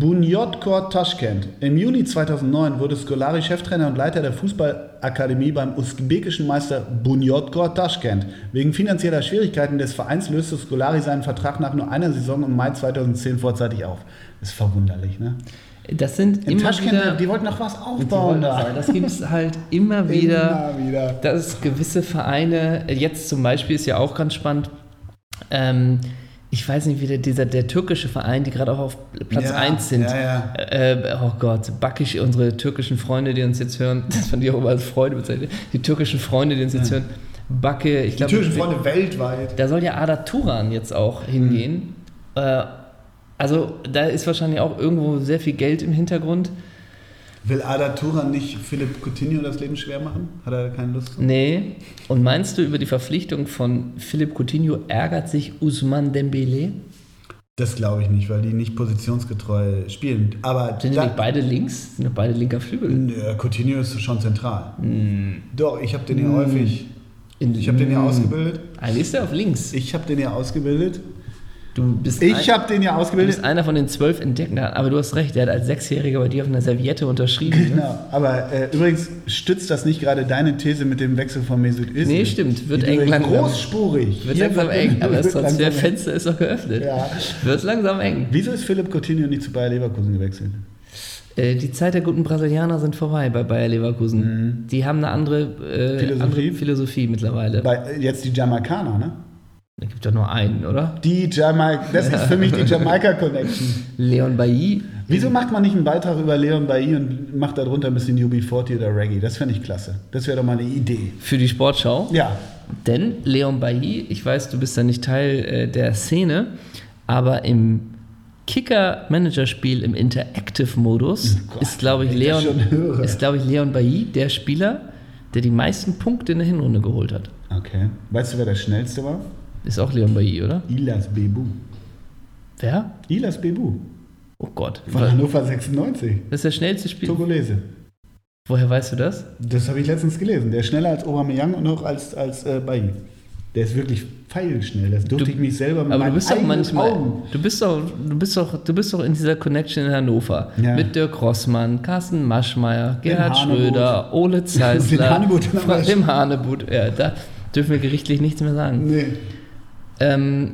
Bunyodkor Taschkent. Im Juni 2009 wurde Scolari Cheftrainer und Leiter der Fußballakademie beim usbekischen Meister Bunyodkor Taschkent. Wegen finanzieller Schwierigkeiten des Vereins löste Scolari seinen Vertrag nach nur einer Saison im Mai 2010 vorzeitig auf. Ist verwunderlich, ne?
das sind
In
immer
Taschkent,
wieder...
die wollten noch was
Die wollten
aufbauen
das
da.
sagen, das gibt es halt immer wieder...
Immer wieder.
dass gewisse Vereine, jetzt zum Beispiel ist ja auch ganz spannend, ähm, ich weiß nicht, wie der, dieser, der türkische Verein, die gerade auch auf Platz
Ja,
1 sind.
ja, ja.
Äh, oh Gott, Bakisch, unsere türkischen Freunde, die uns jetzt hören, das fand ich auch immer als Freude bezeichnet, die türkischen Freunde, die uns jetzt hören, Backe, ich
Die
glaube,
türkischen Freunde Mhm. weltweit.
da soll ja Ada Turan jetzt auch hingehen. Äh, also da ist wahrscheinlich auch irgendwo sehr viel Geld im Hintergrund.
Will Ada Turan nicht Philipp Coutinho das Leben schwer machen? Hat er da keine Lust zu?
Nee. Und meinst du, über die Verpflichtung von Philipp Coutinho ärgert sich Usman Dembele?
Das glaube ich nicht, weil die nicht positionsgetreu spielen. Aber
Sind die
da-
nicht beide links? Sind doch beide linker Flügel?
Nö, Coutinho ist schon zentral.
Hm.
Doch, ich habe den ja häufig.
In-
Ich habe den ja ausgebildet.
Also ist er auf links.
Ich habe den ja ausgebildet.
Du bist,
Ich
ein,
habe den ja
du bist
ausgebildet.
einer von den zwölf Entdeckern. Aber du hast recht, der hat als Sechsjähriger bei dir auf einer Serviette unterschrieben. Ne?
Genau. Aber äh, übrigens stützt das nicht gerade deine These mit dem Wechsel von Mesut Özil.
Nee, stimmt. Wird
Die
eng
wird
langsam.
Großspurig.
Wird
Hier
langsam
wird-
eng, aber das
wird langsam eng.
Transferfenster ist doch geöffnet.
Ja.
Wird langsam eng.
Wieso ist Philipp Coutinho nicht zu Bayer Leverkusen gewechselt?
Äh, die Zeit der guten Brasilianer sind vorbei bei Bayer Leverkusen. Die haben eine andere, äh,
Mhm. Philosophie?
andere Philosophie mittlerweile.
Bei, äh, jetzt die Jamaikaner, ne?
Da gibt es doch nur einen, oder?
Die Jamaika, das ist für mich die Jamaika Connection.
Leon Bailly.
Wieso macht man nicht einen Beitrag über Leon Bailly und macht darunter ein bisschen UB40 oder Reggae? Das fände ich klasse. Das wäre doch mal eine Idee.
Für die Sportschau.
Ja,
Denn Leon Bailly, ich weiß, du bist ja nicht Teil äh, der Szene, aber im Kicker-Manager-Spiel im Interactive-Modus
Oh Gott,
ist, glaube ich,
wenn ich das
Leon,
schon höre.
ist, glaube ich, Leon Bailly der Spieler, der die meisten Punkte in der Hinrunde geholt hat.
okay. Weißt du, wer der schnellste war?
Ist auch Leon Bailly, oder?
Ilas Bebu.
Wer?
Ilas Bebu
Oh Gott.
von
Das
Hannover 96.
ist der schnellste Spiel.
Togolese.
Woher weißt du das?
Das habe ich letztens gelesen. Der ist schneller als Aubameyang und auch als, als äh, Bailly. Der ist wirklich pfeilschnell. Das durfte
Du-
ich mich selber mit
Aber du
meinen
bist doch
eigenen
manchmal,
Augen.
du bist doch, du bist doch, du bist doch in dieser Connection in Hannover
Ja.
mit Dirk Rossmann, Carsten Maschmeyer, Gerhard
Hanebut.
Schröder, Ole
Den
Zeisler,
Hanebut haben wir
Fra-
schon.
dem Hanebut. Ja, da dürfen wir gerichtlich nichts mehr sagen.
Nee.
Ähm,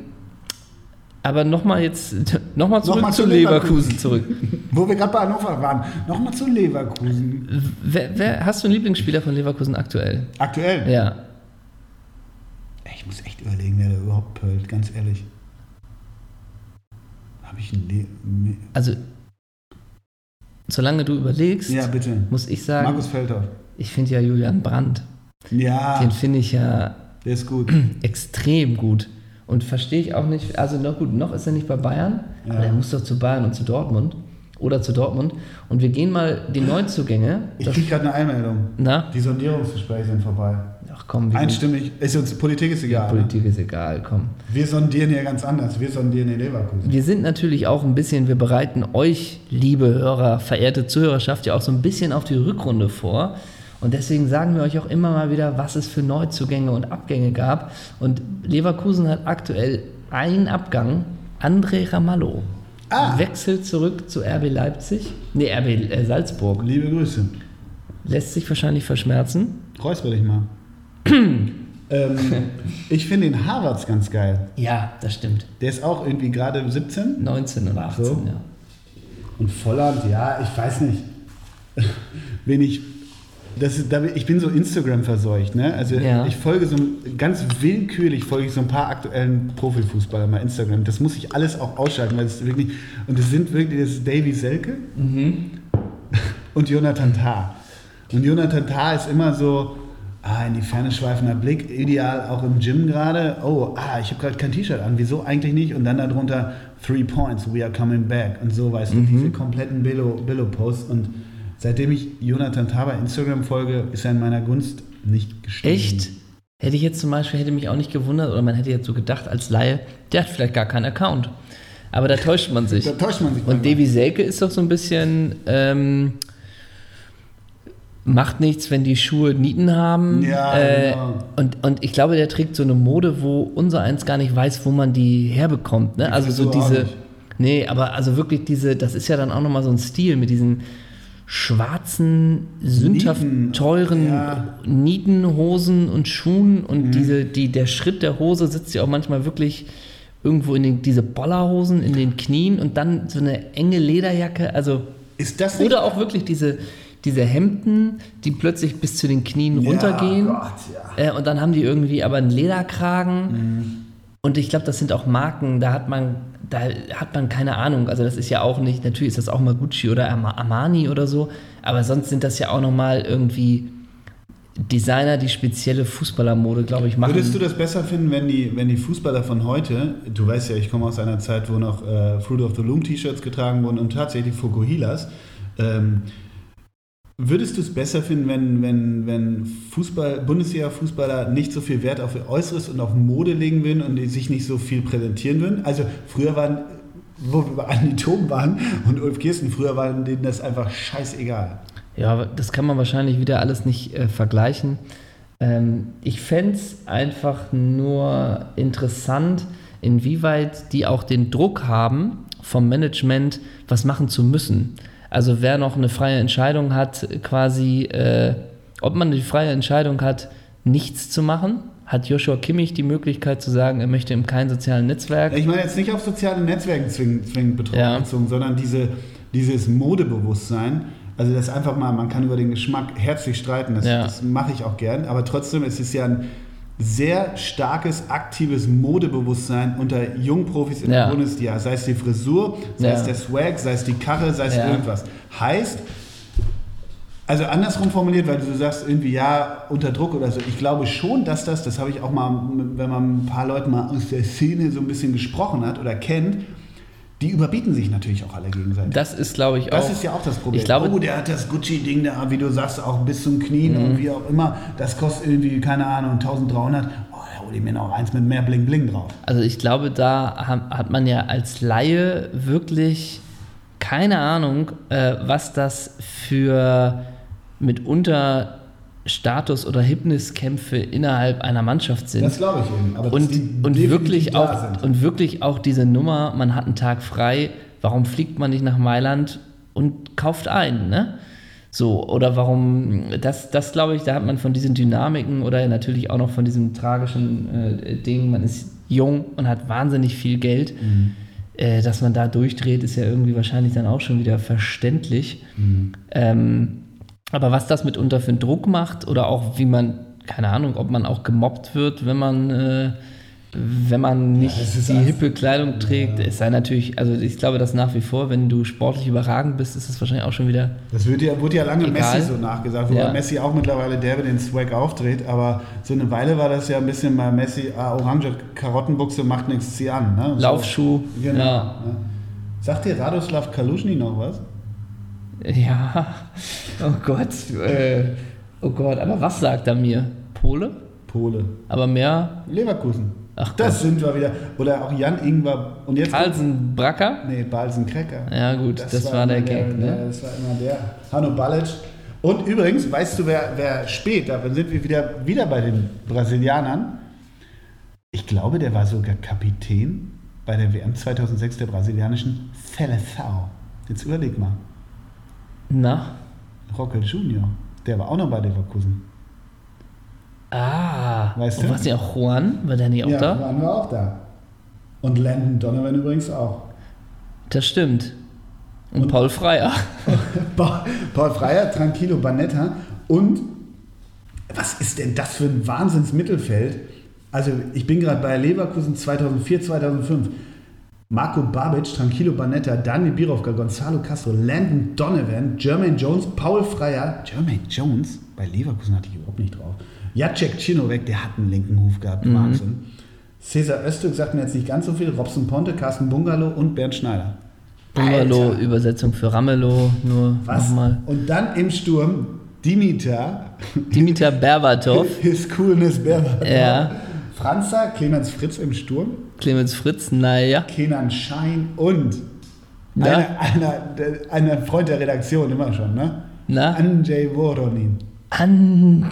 aber nochmal jetzt, nochmal zurück
Nochmal
zu
zu
Leverkusen,
Leverkusen.
zurück.
Wo wir gerade bei Hannover waren. Nochmal zu Leverkusen.
Wer, wer, hast du einen Lieblingsspieler von Leverkusen aktuell?
Aktuell.
Ja.
Ey, Ich muss echt überlegen, wer da überhaupt pölt, ganz ehrlich. Habe ich ein Le Me-
Also, solange du überlegst,
Ja, bitte.
muss ich sagen,
Markus Ah. Feldhoff.
ich finde ja Julian Brandt,
Ja,
den finde ich ja
der ist gut.
extrem gut. Und verstehe ich auch nicht, also noch gut, noch ist er nicht bei Bayern,
Ja.
aber er muss doch zu Bayern und zu Dortmund. Oder zu Dortmund. Und wir gehen mal die Neuzugänge.
Ich
Das,
kriege gerade eine Einmeldung.
na?
Die Sondierungsgespräche sind vorbei.
Ach komm, wir
Einstimmig. Ist uns, Politik ist egal. Ne?
Politik ist egal, komm.
Wir sondieren ja ganz anders. Wir sondieren in Leverkusen.
Wir sind natürlich auch ein bisschen, wir bereiten euch, liebe Hörer, verehrte Zuhörerschaft, ja auch so ein bisschen auf die Rückrunde vor. Und deswegen sagen wir euch auch immer mal wieder, was es für Neuzugänge und Abgänge gab. Und Leverkusen hat aktuell einen Abgang, André Ramallo.
Ah.
Wechselt zurück zu RB Leipzig, nee, RB äh, Salzburg.
Liebe Grüße.
Lässt sich wahrscheinlich verschmerzen.
Räusper dich mal. ähm, ich finde den Harvards ganz geil.
Ja, das stimmt.
Der ist auch irgendwie gerade 17.
19 oder 18,
So.
ja.
Und Volland, ja, ich weiß nicht. Wenn ich. Das ist, da, bin- ich bin so Instagram verseucht, ne? Also
Ja.
ich folge so ein- ganz willkürlich folge ich so ein paar aktuellen Profifußballer mal Instagram. Das muss ich alles auch ausschalten, weil es wirklich und es sind wirklich das ist Davy Selke und Jonathan Tah. Und Jonathan Tah ist immer so ah, in die Ferne schweifender Blick, ideal auch im Gym gerade. Oh, ah, ich habe gerade kein T-Shirt an, wieso eigentlich nicht? Und dann darunter Three Points, we are coming back. Und so, weißt
Mhm.
du, diese kompletten Billo- Billo-Posts. und seitdem ich Jonathan Tah bei Instagram folge, ist er in meiner Gunst nicht gestiegen.
Echt? Hätte ich jetzt zum Beispiel, hätte mich auch nicht gewundert oder man hätte jetzt so gedacht als Laie, der hat vielleicht gar keinen Account. Aber da täuscht man sich.
Da täuscht man sich.
Und
manchmal.
Davy Selke ist doch so ein bisschen, ähm, macht nichts, wenn die Schuhe Nieten haben.
Ja,
äh,
genau.
und, und ich glaube, der trägt so eine Mode, wo unser eins gar nicht weiß, wo man die herbekommt. Ne? Also so
Frisur auch
diese,
nicht.
nee, aber also wirklich diese, das ist ja dann auch nochmal so ein Stil mit diesen schwarzen, sündhaft
Nieten.
teuren
Ja. Mhm.
Nietenhosen und Schuhen und diese, die, der Schritt der Hose sitzt ja auch manchmal wirklich irgendwo in den, diese Bollerhosen in den Knien und dann so eine enge Lederjacke, also
Ist das nicht
oder auch wirklich diese, diese Hemden, die plötzlich bis zu den Knien
Ja,
runtergehen
Gott, ja.
äh, und dann haben die irgendwie aber einen Lederkragen
Mhm.
und ich glaube, das sind auch Marken, da hat man da hat man keine Ahnung, also das ist ja auch nicht, natürlich ist das auch mal Gucci oder Arma- Armani oder so, aber sonst sind das ja auch nochmal irgendwie Designer, die spezielle Fußballermode, glaube ich, machen.
Würdest du das besser finden, wenn die, wenn die Fußballer von heute, du weißt ja, ich komme aus einer Zeit, wo noch äh, Fruit of the Loom T-Shirts getragen wurden und tatsächlich Fukuhilas. Ähm, würdest du es besser finden, wenn, wenn, wenn Fußball, Bundesliga-Fußballer nicht so viel Wert auf ihr Äußeres und auf Mode legen würden und die sich nicht so viel präsentieren würden? Also früher waren, wo wir bei Andi Toben waren und Ulf Kirsten, früher waren denen das einfach scheißegal.
Ja, aber das kann man wahrscheinlich wieder alles nicht äh, vergleichen. Ähm, ich fände es einfach nur interessant, inwieweit die auch den Druck haben, vom Management was machen zu müssen. Also wer noch eine freie Entscheidung hat, quasi, äh, ob man die freie Entscheidung hat, nichts zu machen, hat Joshua Kimmich die Möglichkeit zu sagen, er möchte in keinem sozialen Netzwerk.
Ich meine jetzt nicht auf soziale Netzwerke zwingend, zwingend betroffen
Ja.
bezogen, sondern diese, dieses Modebewusstsein. Also das einfach mal, man kann über den Geschmack herzlich streiten, das,
Ja.
das mache ich auch gern, aber trotzdem es ist ja ein, sehr starkes, aktives Modebewusstsein unter Jungprofis in der
Ja.
Bundesliga. Sei es die Frisur, sei
Ja.
es der Swag, sei es die Karre, sei es
Ja.
irgendwas. Heißt, also andersrum formuliert, weil du sagst irgendwie ja unter Druck oder so. Ich glaube schon, dass das, das habe ich auch mal, wenn man ein paar Leute mal aus der Szene so ein bisschen gesprochen hat oder kennt, die überbieten sich natürlich auch alle gegenseitig.
Das ist, glaube ich, auch.
Das ist ja auch das Problem.
Ich glaube-
oh, der hat das Gucci-Ding da, wie du sagst, auch bis zum Knien
Mhm.
und wie auch immer. Das kostet irgendwie, keine Ahnung, 1300. Oh, da hol ich mir noch eins mit mehr Bling-Bling drauf.
Also ich glaube, da ha- hat man ja als Laie wirklich keine Ahnung, äh, was das für mitunter Status- oder Hipniskämpfe innerhalb einer Mannschaft sind.
Das glaube ich eben. Aber dass
und,
die
und,
definitiv
wirklich
da
auch,
sind.
und wirklich auch diese Nummer, man hat einen Tag frei, warum fliegt man nicht nach Mailand und kauft ein, ne? So, oder warum, das, das glaube ich, da hat man von diesen Dynamiken oder natürlich auch noch von diesem tragischen äh, Ding, man ist jung und hat wahnsinnig viel Geld,
Mhm.
äh, dass man da durchdreht, ist ja irgendwie wahrscheinlich dann auch schon wieder verständlich.
Mhm.
Ähm, aber was das mitunter für einen Druck macht oder auch wie man, keine Ahnung, ob man auch gemobbt wird, wenn man, äh, wenn man nicht
das ist
die
alles-
hippe Kleidung trägt, es sei natürlich, also ich glaube, dass nach wie vor, wenn du sportlich überragend bist, ist es wahrscheinlich auch schon wieder.
Das wird ja, wurde ja lange
Egal.
Messi so nachgesagt, wobei
Ja.
Messi auch mittlerweile derbe den Swag aufdreht, aber so eine Weile war das ja ein bisschen mal Messi, ah, orange Karottenbuchse macht nichts, zieh an. Ne? So.
Laufschuh.
Genau.
Ja.
Ne? Sagt dir Radoslav Kaluschny noch was?
Ja. Oh Gott. Äh, oh Gott, aber was sagt er mir? Pole?
Pole.
Aber mehr
Leverkusen.
Ach,
das sind wir wieder. Oder auch Jan Ingwer. Und jetzt.
Carlsen Bracker?
Nee, Balsen Krecker.
Ja, gut, das, war der
immer
Gag,
der,
ne?
Das war immer der. Hanno Balic. Und übrigens, weißt du, wer, wer spät, da sind wir wieder, wieder bei den Brasilianern. Ich glaube, der war sogar Kapitän bei der WM 2006 der brasilianischen Seleção. Jetzt überleg mal.
Na?
Rockel Junior. Der war auch noch bei Leverkusen.
Ah.
Weißt
und
du?
was ja auch Juan? War der nicht auch da?
waren wir auch da. Und Landon Donovan übrigens auch.
Das stimmt. Und, Paul Freier.
Pa- Paul Freier, Tranquilo Banetta und was ist denn das für ein Wahnsinnsmittelfeld? Also ich bin gerade bei Leverkusen 2004, 2005. Marco Babic, Tranquilo Banetta, Dani Birovka, Gonzalo Castro, Landon Donovan, Jermaine Jones, Paul Freier. Jermaine Jones? Bei Leverkusen hatte ich überhaupt nicht drauf. Jacek Cinovec, der hat einen linken Huf gehabt. Wahnsinn. Cesar Öztürk sagt mir jetzt nicht ganz so viel. Robson Ponte, Carsten Bungalow und Bernd Schneider.
Bungalow,
Alter.
Übersetzung für Ramelow, nur
Was?
nochmal.
Und dann im Sturm Dimitar,
Dimitar Berbatov,
his coolness Berber.
Ja.
Franza, Clemens Fritz im Sturm,
Clemens Fritz, naja.
Kenan Schein und
Na?
einer, einer, der- einer Freund der Redaktion immer schon, ne?
Na?
Andrzej Voronin.
And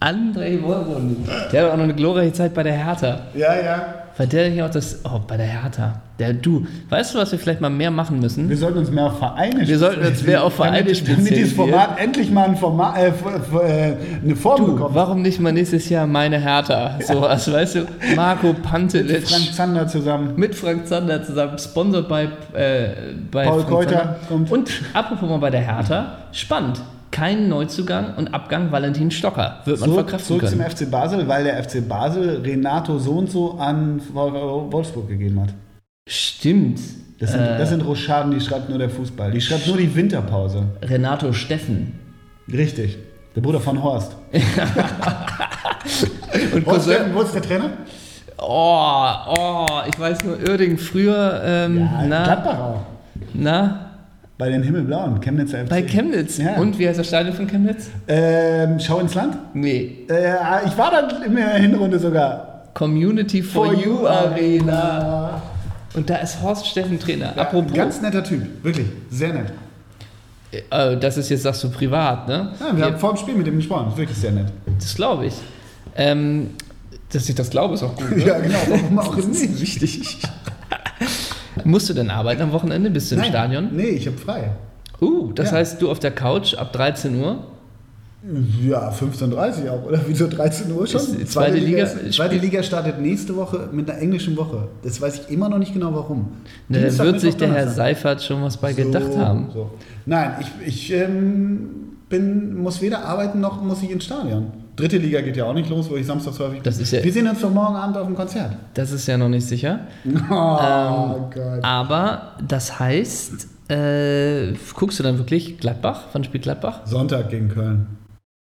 Andrei Wolfon. Der hat auch noch eine glorreiche Zeit bei der Hertha.
Ja, ja.
War der nicht auch das. Oh, bei der Hertha. Der du. Weißt du, was wir vielleicht mal mehr machen müssen?
Wir sollten uns mehr auf Vereine
Wir sollten uns mehr auf Vereine
damit, damit dieses
spezialisieren.
Format endlich mal ein Format, äh, f- f- äh, eine Form
Du,
bekommt.
warum nicht mal nächstes Jahr meine Hertha? Sowas, weißt du? Marco Pantelic.
Frank Zander zusammen.
mit Frank Zander zusammen, sponsored bei, äh, bei
Paul Keuter
Zander.
kommt.
Und apropos mal bei der Hertha, spannend. Kein Neuzugang und Abgang Valentin Stocker. Wird man
Zurück,
verkraften
zurück zum
können.
FC Basel, weil der FC Basel Renato so und so an VfL Wolfsburg gegeben hat.
Stimmt.
Das sind,
äh,
das sind Rochaden, die schreibt nur der Fußball. Die schreibt nur die Winterpause.
Renato Steffen.
Richtig. Der Bruder von Horst.
Und
Horst
Cousin.
Steffen, wo ist der Trainer?
Oh, oh, ich weiß nur, Oerding früher, ähm, na,
Gladbach auch.
na,
Bei den Himmelblauen, Chemnitzer FC.
bei Chemnitz.
Ja.
Und wie heißt das Stadion von Chemnitz?
Ähm, schau ins Land.
Nee,
Äh, ich war da in der Hinrunde sogar.
Community for, you, Arena. Und da ist Horst Steffen Trainer. Apropos,
Äh, Ganz netter Typ, wirklich. Sehr nett.
äh, das ist jetzt, sagst du, privat, ne?
Ja, wir haben vor dem Spiel mit ihm gesprochen. Ist Wirklich sehr nett.
Das glaube ich. Ähm, dass ich das glaube, ist auch gut. Ne?
Ja, genau. Warum auch
Das
nicht?
ist wichtig. Musst du denn arbeiten am Wochenende? Bist du im
Nein,
Stadion?
Nee, ich habe frei.
Uh, das
Ja.
heißt, du auf der Couch ab 13 Uhr?
Ja, 15.30 Uhr auch, oder? Wieso 13 Uhr schon?
Ist die zweite Liga-
ist- zweite Liga startet nächste Woche mit einer englischen Woche. Das weiß ich immer noch nicht genau warum.
Na, da
Dienstag,
Ne, wird sich
Mittwoch,
der Herr
Donnerstag.
Seifert schon was bei gedacht
So,
haben.
So. Nein, ich, ich ähm, bin, muss weder arbeiten noch muss ich ins Stadion. Dritte Liga geht ja auch nicht los, wo ich samstags häufig
Das ist ja-
Wir sehen uns doch morgen Abend auf dem Konzert.
Das ist ja noch nicht sicher.
Oh Gott.
Aber das heißt, äh, guckst du dann wirklich Gladbach? Wann spielt Gladbach?
Sonntag gegen Köln.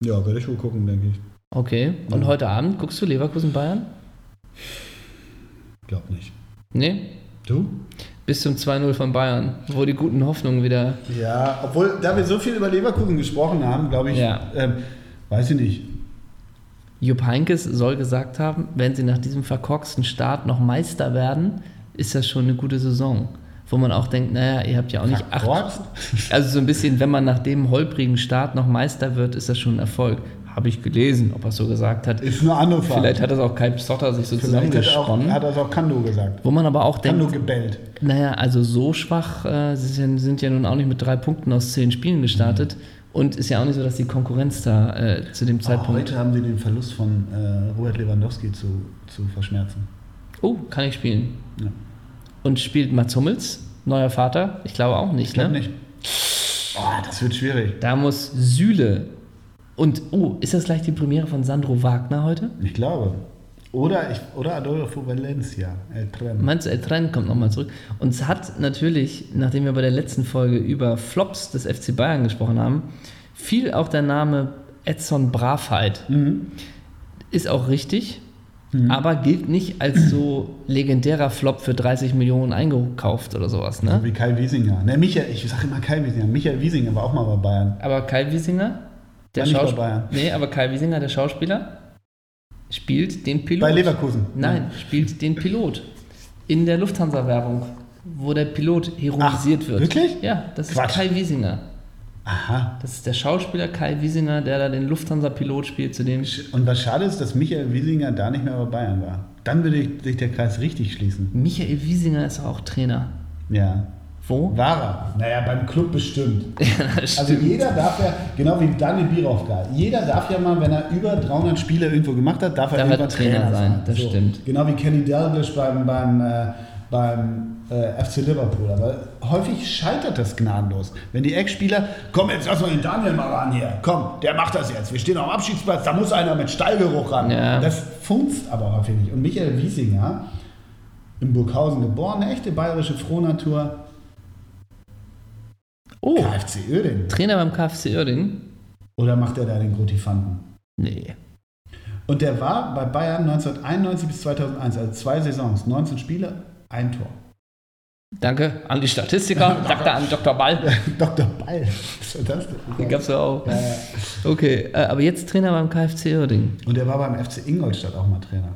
Ja, werde ich wohl gucken, denke ich.
Okay. Und heute Abend guckst du Leverkusen Bayern?
Glaub nicht.
Nee.
Du?
Bis zum 2-0 von Bayern, wo die guten Hoffnungen wieder.
Ja, obwohl, da wir so viel über Leverkusen gesprochen haben, glaube ich,
Ja.
ähm, weiß ich nicht.
Jupp Heinkes soll gesagt haben, wenn sie nach diesem verkorksten Start noch Meister werden, ist das schon eine gute Saison. Wo man auch denkt, naja, ihr habt ja auch nicht acht.
Verkorkst?
Also so ein bisschen, wenn man nach dem holprigen Start noch Meister wird, ist das schon ein Erfolg. Habe ich gelesen, ob er es so gesagt hat.
Ist eine andere Frage.
Vielleicht hat das auch Kai Psotter sich so
Vielleicht hat, er auch,
zusammengesponnen.
hat das auch Kando gesagt.
Wo man aber auch
Kando
denkt,
gebellt.
naja, also so schwach äh, sie sind, sind ja nun auch nicht mit drei Punkten aus zehn Spielen
Mhm.
gestartet. Und ist ja auch nicht so, dass die Konkurrenz da äh, zu dem Zeitpunkt.
Ah, Heute haben sie den Verlust von äh, Robert Lewandowski zu, zu verschmerzen.
Oh, kann ich spielen.
Ja.
Und spielt Mats Hummels, neuer Vater? Ich glaube auch nicht,
Ich glaube
ne?
nicht. Oh, das wird schwierig.
Da muss Süle. Und, oh, ist das gleich die Premiere von Sandro Wagner heute?
Ich glaube. Oder, ich, oder Adolfo Valencia. El Tren.
Meinst du, El Tren kommt nochmal zurück? Und es hat natürlich, nachdem wir bei der letzten Folge über Flops des FC Bayern gesprochen haben, viel auch der Name Edson Bravheit.
Mhm.
Ist auch richtig, aber gilt nicht als so legendärer Flop für 30 Millionen eingekauft oder sowas.
So
Ne?
wie Kai Wiesinger. Ne, Michael, ich sage immer Kai Wiesinger. Michael Wiesinger war auch mal bei Bayern.
Aber Kai Wiesinger, der
War nicht bei
Schauspieler.
Bayern.
Nee, aber Kai Wiesinger, der Schauspieler, spielt den Pilot.
Bei Leverkusen.
Nein, spielt den Pilot. In der Lufthansa-Werbung, wo der Pilot heroisiert
Ach,
wird.
wirklich?
Ja, das ist
Quatsch.
Kai Wiesinger.
Aha.
Das ist der Schauspieler Kai Wiesinger, der da den Lufthansa-Pilot spielt, zu dem
Und was schade ist, dass Michael Wiesinger da nicht mehr bei Bayern war. Dann würde ich- sich der Kreis richtig schließen.
Michael Wiesinger ist auch Trainer.
Ja.
Wo?
War er? Naja, beim Club bestimmt.
das
Also jeder darf ja, genau wie Daniel Birovka, jeder darf ja mal, wenn er über 300 Spiele irgendwo gemacht hat, darf er
Darf er
irgendwann
Trainer
Trainer, sein.
sein, das stimmt.
Genau wie Kenny Dalglish beim, beim, äh, beim äh, FC Liverpool. Aber häufig scheitert das gnadenlos. Wenn die Ex-Spieler, komm, jetzt lass mal den Daniel mal ran hier. Komm, der macht das jetzt. Wir stehen auf dem Abschiedsplatz, da muss einer mit Stallgeruch ran.
Ja.
Das funzt aber häufig nicht. Und Michael Wiesinger, in Burghausen geboren, eine echte bayerische Frohnatur,
oh,
KFC Öding.
Trainer beim KFC Uerdingen?
Oder macht er da den Grotifanten?
Nee.
Und der war bei Bayern 1991 bis 2001, also zwei Saisons, 19 Spiele, ein Tor.
Danke an die Statistiker, danke an Dr. Ball.
Dr. Ball, was ist das
Den
denn?
gab's ja auch.
Ja, ja.
Okay, äh, aber jetzt Trainer beim KFC Uerdingen.
Und der war beim FC Ingolstadt auch mal Trainer.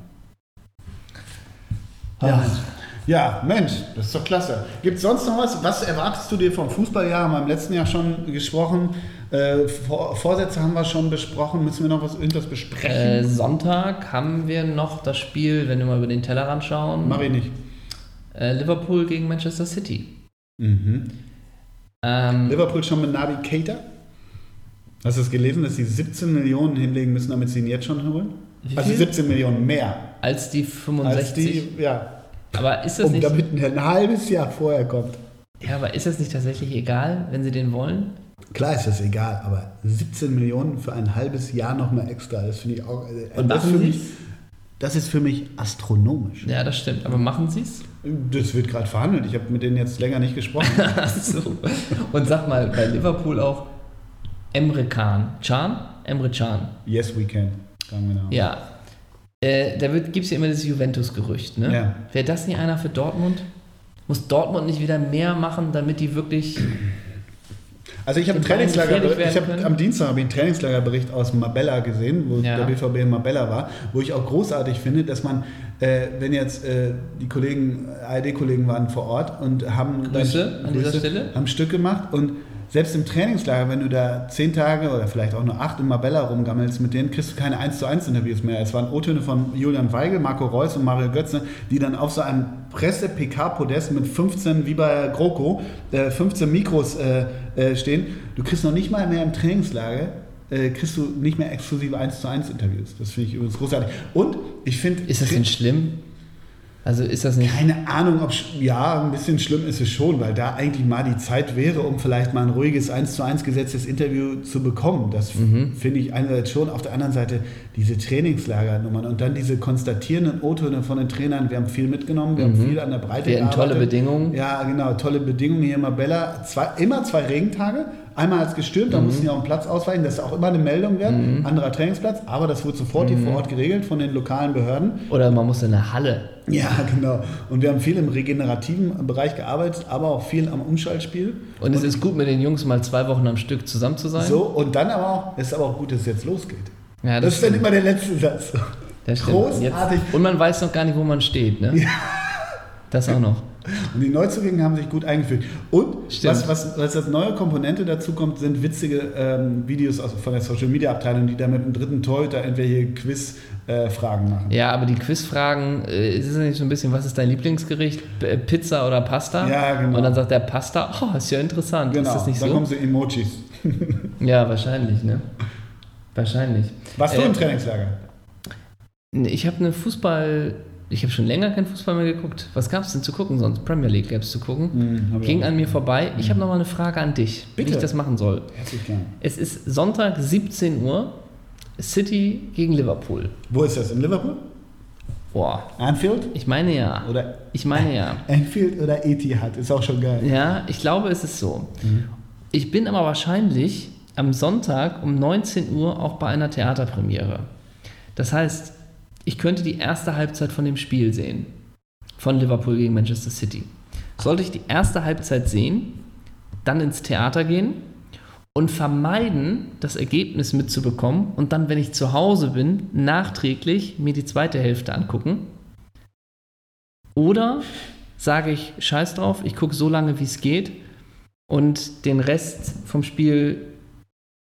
Ja.
Mensch. ja, Mensch, das ist doch klasse. Gibt es sonst noch was? Was erwartest du dir vom Fußballjahr? Haben wir im letzten Jahr schon gesprochen. Äh, Vor Vorsätze haben wir schon besprochen. Müssen wir noch was irgendwas
Äh,
besprechen?
Sonntag haben wir noch das Spiel, wenn wir mal über den Tellerrand schauen,
Mach ich nicht.
äh, Liverpool gegen Manchester City.
Mhm.
Ähm,
Liverpool schon mit Nabi Keita? Hast du es gelesen, dass sie 17 Millionen hinlegen müssen, damit sie ihn jetzt schon holen?
Wie
Also
viel?
17 Millionen mehr
als die
als
65.
die, ja,
aber ist das
um
nicht?
damit ein, ein halbes Jahr vorher kommt.
Ja, aber ist das nicht tatsächlich egal, wenn sie den wollen?
Klar ist das egal, aber 17 Millionen für ein halbes Jahr nochmal extra, das finde ich auch. äh,
Und
das, ist für
machen
mich,
sie's?
das ist für mich astronomisch.
Ja, das stimmt. Aber machen sie es?
Das wird gerade verhandelt. Ich habe mit denen jetzt länger nicht gesprochen.
so. Und sag mal, bei Liverpool auch Emre Can. Can? Emre Can.
yes, we can. genau. Sagen wir nach.
Ja. Äh, da gibt es ja immer das Juventus-Gerücht, ne?
Ja.
Wäre das nicht einer für Dortmund? Muss Dortmund nicht wieder mehr machen, damit die wirklich.
Also ich habe
Den
einen Trainingslager,
Bayern gefährlich
ich
werden
habe
können.
am Dienstag habe ich einen Trainingslagerbericht aus Marbella gesehen, wo
Ja.
der BVB in Marbella war, wo ich auch großartig finde, dass man, äh, wenn jetzt äh, die Kollegen, ARD-Kollegen waren vor Ort und haben
Grüße an dieser Stelle.
haben Stück gemacht und selbst im Trainingslager, wenn du da zehn Tage oder vielleicht auch nur acht in Marbella rumgammelst mit denen, kriegst du keine 1 zu 1 Interviews mehr. Es waren O-Töne von Julian Weigel, Marco Reus und Mario Götze, die dann auf so einem Presse-PK-Podest mit 15, wie bei GroKo, äh, 15 Mikros äh, äh, stehen. Du kriegst noch nicht mal mehr im Trainingslager, äh, kriegst du nicht mehr exklusive 1 zu 1 Interviews. Das finde ich übrigens großartig. Und ich finde...
Ist das denn schlimm? Also ist das nicht.
Keine Ahnung, ob sch- ja, ein bisschen schlimm ist es schon, weil da eigentlich mal die Zeit wäre, um vielleicht mal ein ruhiges 1 zu 1 gesetztes Interview zu bekommen. Das f-
Mhm.
finde ich einerseits schon, auf der anderen Seite diese Trainingslagernummern und dann diese konstatierenden O-Töne von den Trainern. Wir haben viel mitgenommen, wir haben viel an der Breite
Mhm. Wir hatten tolle
gearbeitet.
Bedingungen.
Ja, genau, tolle Bedingungen hier in Marbella. Zwei, immer zwei Regentage. Einmal hat es gestürmt,
Mhm.
da mussten ja auch einen Platz ausweichen. Das ist auch immer eine Meldung wert. Anderer Trainingsplatz, aber das wurde sofort
Mhm.
hier vor Ort geregelt von den lokalen Behörden.
Oder man muss in eine Halle.
Ja, genau. Und wir haben viel im regenerativen Bereich gearbeitet, aber auch viel am Umschaltspiel.
Und es ist gut, mit den Jungs mal zwei Wochen am Stück zusammen zu sein.
So, und dann aber auch, es ist aber auch gut, dass es jetzt losgeht.
Ja,
Das,
das,
ist dann
stimmt.
immer der letzte Satz.
das stimmt. Und
großartig.
Jetzt, und man weiß noch gar nicht, wo man steht, ne? Das auch noch.
Und die Neuzugänge haben sich gut eingefügt. Und
Stimmt.
was, was, was als neue Komponente dazu kommt, sind witzige ähm, Videos aus, von der Social Media Abteilung, die da mit dem dritten Torhüter irgendwelche Quiz-Fragen machen.
Ja, aber die Quizfragen, äh, ist es nicht so ein bisschen, was ist dein Lieblingsgericht? P- äh, Pizza oder Pasta?
Ja, genau.
Und dann sagt der Pasta, oh, ist ja interessant.
Genau,
Ist das nicht
dann kommen
so?
so Emojis.
Ja, wahrscheinlich, ne? Wahrscheinlich.
Warst du
Äh,
im Trainingslager?
Nee, Ich habe eine Fußball. Ich habe schon länger keinen Fußball mehr geguckt. Was gab es denn zu gucken sonst? Premier League gab es zu gucken.
Hm, hab ich
Ging
auch.
an mir vorbei. Ich habe nochmal eine Frage an dich, wie
Bitte.
ich das machen soll.
Herzlich gern.
Es ist Sonntag 17 Uhr. City gegen Liverpool.
Wo ist das? In Liverpool?
Boah,
Anfield?
ich meine ja.
Oder
Ich meine ja.
Anfield oder Etihad? Ist auch schon geil.
Ja, ich glaube, es ist so. Ich bin aber wahrscheinlich am Sonntag um 19 Uhr auch bei einer Theaterpremiere. Das heißt, ich könnte die erste Halbzeit von dem Spiel sehen. Von Liverpool gegen Manchester City. Sollte ich die erste Halbzeit sehen, dann ins Theater gehen und vermeiden, das Ergebnis mitzubekommen und dann, wenn ich zu Hause bin, nachträglich mir die zweite Hälfte angucken? Oder sage ich Scheiß drauf, ich gucke so lange, wie es geht und den Rest vom Spiel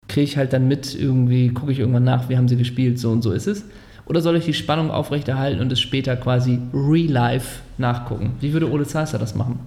kriege ich halt dann mit, irgendwie gucke ich irgendwann nach, wie haben sie gespielt, so und so ist es. Oder soll ich die Spannung aufrechterhalten und es später quasi real-life nachgucken? Wie würde Ole Zeiser das machen?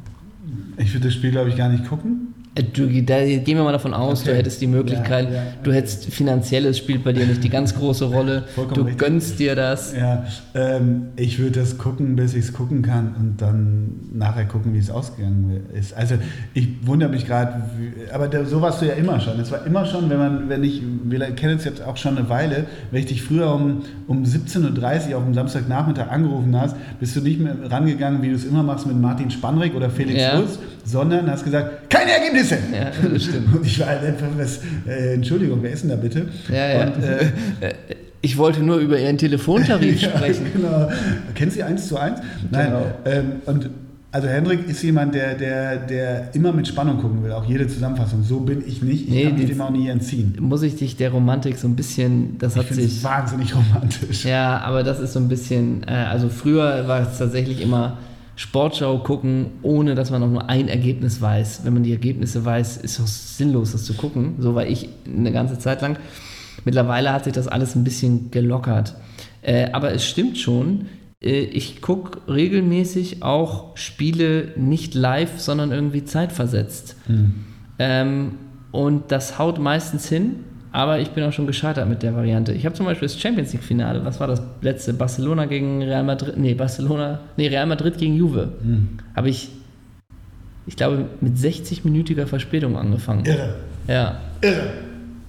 Ich würde das Spiel, glaube ich, gar nicht gucken.
Äh, Du, da gehen wir mal davon aus,
Okay.
du hättest die Möglichkeit,
Ja, ja,
du hättest finanzielles spielt bei dir nicht die ganz große Rolle,
Vollkommen
du
richtig.
gönnst dir das.
Ja, ähm, ich würde das gucken, bis ich es gucken kann und dann nachher gucken, wie es ausgegangen ist. Also ich wundere mich gerade, wie- aber da, so warst du ja immer schon. Es war immer schon, wenn man, wenn ich, wir kennen es jetzt auch schon eine Weile, wenn ich dich früher um, um 17.30 Uhr auf dem Samstagnachmittag angerufen hast, bist du nicht mehr rangegangen, wie du es immer machst mit Martin Spannrick oder Felix
Ja.
Rust, sondern hast gesagt, keine Ergebnisse!
Ja, das stimmt.
Und ich war halt einfach, was, äh, Entschuldigung, wer ist denn da bitte?
Ja, ja.
Und, äh,
ich wollte nur über ihren Telefontarif sprechen.
Genau. Kennst du eins zu eins? Nein.
Genau.
Ähm, und also Hendrik ist jemand, der, der, der immer mit Spannung gucken will, auch jede Zusammenfassung. So bin ich nicht. Ich
Nee,
kann mich
die-
dem auch nie entziehen.
Muss ich dich der Romantik so ein bisschen, das
Ich
hat
finde
sich.
es wahnsinnig romantisch.
Ja, aber das ist so ein bisschen, äh, also früher war es tatsächlich immer Sportschau gucken, ohne dass man auch nur ein Ergebnis weiß. Wenn man die Ergebnisse weiß, ist es sinnlos, das zu gucken. So war ich eine ganze Zeit lang. Mittlerweile hat sich das alles ein bisschen gelockert. Äh, aber es stimmt schon, äh, ich gucke regelmäßig auch Spiele nicht live, sondern irgendwie zeitversetzt. Ähm, und das haut meistens hin, aber ich bin auch schon gescheitert mit der Variante. Ich habe zum Beispiel das Champions League-Finale, was war das letzte? Barcelona gegen Real Madrid, nee, Barcelona, nee, Real Madrid gegen Juve. Habe ich, ich glaube, mit 60-minütiger Verspätung angefangen.
Irre.
Ja.
Irre.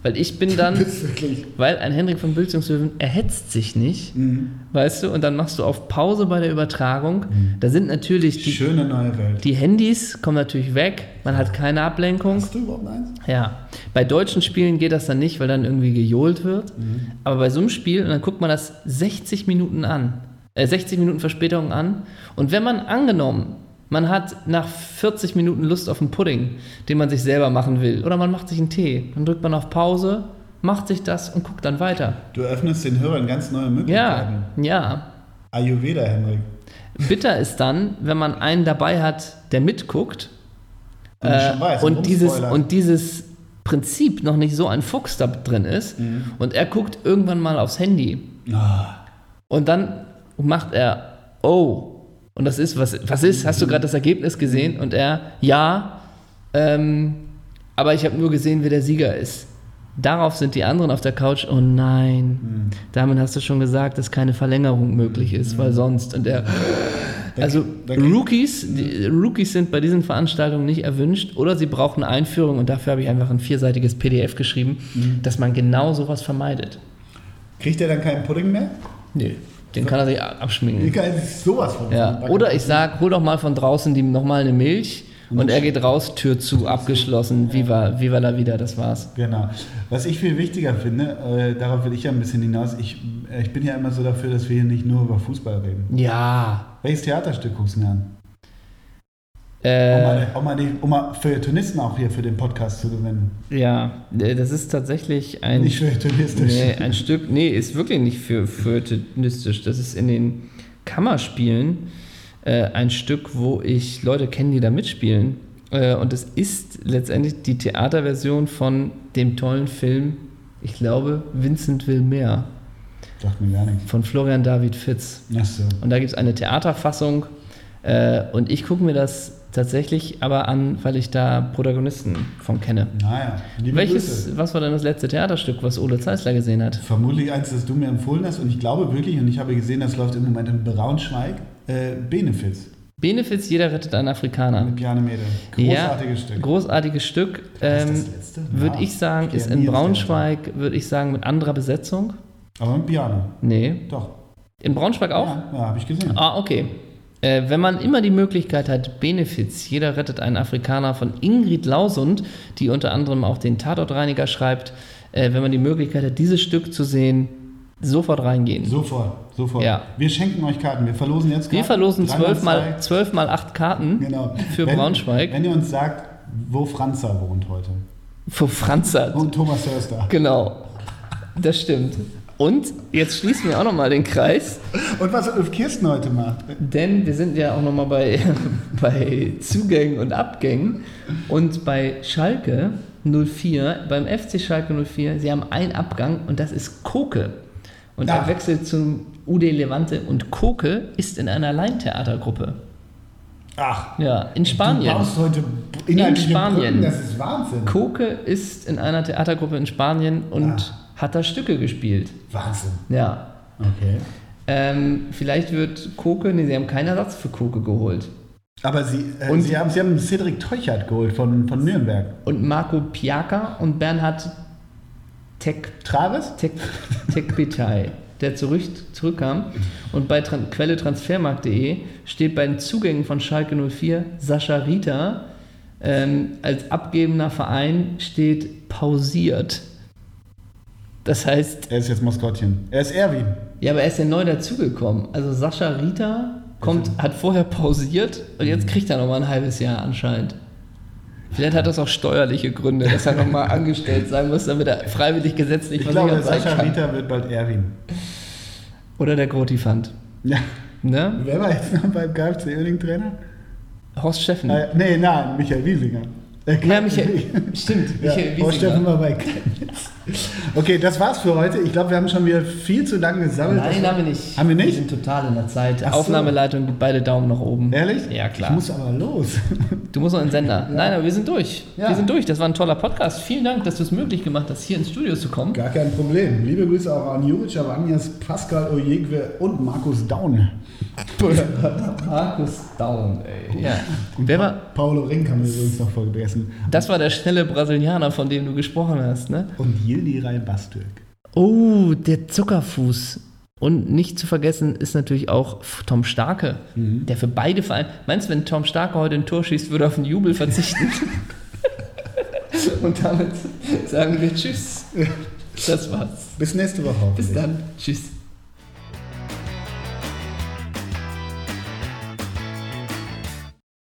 Weil ich bin dann,
Das ist wirklich.
weil ein Henrik von Bülzungshöfen erhetzt sich nicht,
Mhm.
weißt du, und dann machst du auf Pause bei der Übertragung. Da sind natürlich die,
Schöne neue Welt.
die Handys, kommen natürlich weg, man hat keine Ablenkung.
Hast du überhaupt eins?
Ja, bei deutschen Spielen geht das dann nicht, weil dann irgendwie gejohlt wird. Aber bei so einem Spiel, und dann guckt man das 60 Minuten an, äh, 60 Minuten Verspätung an. Und wenn man angenommen, man hat nach 40 Minuten Lust auf einen Pudding, den man sich selber machen will, oder man macht sich einen Tee, dann drückt man auf Pause, macht sich das und guckt dann weiter.
Du öffnest den Hörern ganz neue Möglichkeiten.
Ja, ja.
Ayurveda, Henrik.
Bitter ist dann, wenn man einen dabei hat, der mitguckt
Und
Äh,
schon weiß,
und, dieses,
rumspoilern.
und dieses Prinzip noch nicht so ein Fuchs da drin ist. Und er guckt irgendwann mal aufs Handy.
Ah,
Und dann macht er, oh. Und das ist, was, was ist? Hast du gerade das Ergebnis gesehen? Und er, ja. Ähm, aber ich habe nur gesehen, wer der Sieger ist. Darauf sind die anderen auf der Couch, oh nein. Damit hast du schon gesagt, dass keine Verlängerung möglich ist, weil sonst. Und er, Also
da-
Rookies, die, Rookies sind bei diesen Veranstaltungen nicht erwünscht oder sie brauchen Einführung und dafür habe ich einfach ein vierseitiges PDF geschrieben, dass man genau sowas vermeidet.
Kriegt er dann keinen Pudding mehr?
Nö, den kann er sich a-
Wie
abschminken.
geil ist sowas von.
Ja. Oder ich sage, hol doch mal von draußen die, nochmal eine Milch und er geht raus, Tür zu, abgeschlossen, viva, viva la vida, das war's.
Genau. Was ich viel wichtiger finde, äh, darauf will ich ja ein bisschen hinaus. Ich, äh, ich bin ja immer so dafür, dass wir hier nicht nur über Fußball reden.
Ja.
Welches Theaterstück guckst du denn an? Um
Äh,
mal, um, mal die, um mal Feuilletonisten auch hier für den Podcast zu gewinnen.
ja, äh, das ist tatsächlich ein.
Nicht feuilletonistisch.
Nee, ein Stück, nee, ist wirklich nicht für feuilletonistisch. Das ist in den Kammerspielen äh, ein Stück, wo ich Leute kenne, die da mitspielen. Äh, und es ist letztendlich die Theaterversion von dem tollen Film, ich glaube, Vincent will mehr,
Sagt mir gar nichts.
von Florian David Fitz.
Ach so.
Und da gibt es eine Theaterfassung. Äh, und ich gucke mir das tatsächlich aber an, weil ich da Protagonisten von kenne.
Naja. Liebe Grüße.
Welches, was war denn das letzte Theaterstück, was Ole Zeisler gesehen hat?
Vermutlich eins, das du mir empfohlen hast. Und ich glaube wirklich, und ich habe gesehen, das läuft im Moment in Braunschweig, äh, Benefits
Benefiz, jeder rettet einen Afrikaner.
mit Piane Mädel. Großartiges
ja,
Stück.
Großartiges Stück.
das
Ähm,
letzte?
würde
Ja.
ich sagen,
Ich
ist
erinnere
in
mich
Braunschweig, würde ich sagen, mit anderer Besetzung.
Aber mit Piano.
Nee.
Doch.
In Braunschweig auch?
Ja, ja habe ich gesehen.
Ah, okay. Äh, wenn man immer die Möglichkeit hat, Benefiz, jeder rettet einen Afrikaner von Ingrid Lausund, die unter anderem auch den Tatortreiniger schreibt, äh, wenn man die Möglichkeit hat, dieses Stück zu sehen, sofort reingehen.
Sofort, sofort.
Ja.
Wir schenken euch Karten. Wir verlosen jetzt Karten.
Wir verlosen
Dreimal
12 mal,
zwei.
12 mal 8 Karten
genau.
für
wenn,
Braunschweig.
Wenn ihr uns sagt, wo Franza wohnt heute.
für Franzert.
Und Thomas Hörster.
Genau, das stimmt. Und jetzt schließen wir auch nochmal den Kreis,
Und was Ulf Kirsten heute macht.
denn wir sind ja auch nochmal bei, bei Zugängen und Abgängen. Und bei Schalke 04, beim FC Schalke 04, sie haben einen Abgang und das ist Koke. Und
Ach.
er wechselt zum UD Levante und Koke ist in einer Laientheatergruppe.
Ach,
Ja, in
du
Spanien.
baust heute inhaltliche
Spanien.
Brücken. Das ist Wahnsinn.
Koke ist in einer Theatergruppe in Spanien und
Ah.
hat da Stücke gespielt.
Wahnsinn.
Ja,
Okay.
Ähm, vielleicht wird Koke, nee, sie haben keinen Ersatz für Koke geholt.
Aber sie, äh,
Und-
sie, haben, sie haben Cedric Teuchert geholt von, von Nürnberg.
Und Marco Piaka und Bernhard Tech,
Travis?
Tech, Techpetei, der zurück, zurückkam. Und bei Tran Quelle Transfermarkt.de steht bei den Zugängen von Schalke 04 Sascha Rita. Ähm, als abgebender Verein steht pausiert. Das heißt,
Er ist jetzt Maskottchen. Er ist Erwin.
ja, aber er ist ja neu dazugekommen. Also Sascha Rita kommt,
Also-
hat vorher pausiert und jetzt kriegt er nochmal ein halbes Jahr anscheinend. Vielleicht hat das auch steuerliche Gründe, dass er nochmal angestellt sein muss, damit er freiwillig gesetzlich
Ich glaube,
sein
Sascha
kann.
Rita wird bald Erwin.
Oder der Grotifant.
Ja.
Ne?
Wer war jetzt noch beim KFC Öhling Trainer?
Horst Steffen.
Äh, nee, nein, Michael Wiesinger. Äh,
ja, Michael. Stimmt, Michael
ja, oh,
Wiesinger.
Steffen war bei Chemnitz. Okay, das war's für heute. Ich glaube, wir haben schon wieder viel zu lange gesammelt.
Nein,
Das-
haben wir nicht.
Haben wir nicht?
Wir sind total in der Zeit.
Ach so.
Aufnahmeleitung, gibt beide Daumen nach oben.
Ehrlich?
Ja, klar.
Ich muss aber los.
Du musst noch in den Sender. Nein, aber wir sind durch.
Ja.
Wir sind durch. Das war ein toller Podcast. Vielen Dank, dass du es möglich gemacht hast, hier ins Studio zu kommen.
Gar kein Problem. Liebe Grüße auch an Juric, Avanias, Pascal Ojegwe und Markus Daun.
Markus Down, ey. Ja. Wer war,
Paulo Rink haben wir übrigens noch vergessen.
das war der schnelle Brasilianer, von dem du gesprochen hast, ne?
Und Yildiray Bastürk.
Oh, der Zuckerfuß. Und nicht zu vergessen ist natürlich auch F- Tom Starke, der für beide Vereine. Meinst du, wenn Tom Starke heute ein Tor schießt, würde er auf den Jubel verzichten? Und damit sagen wir Tschüss. Das war's.
Bis nächste Woche.
Bis
hoffentlich.
dann. Tschüss.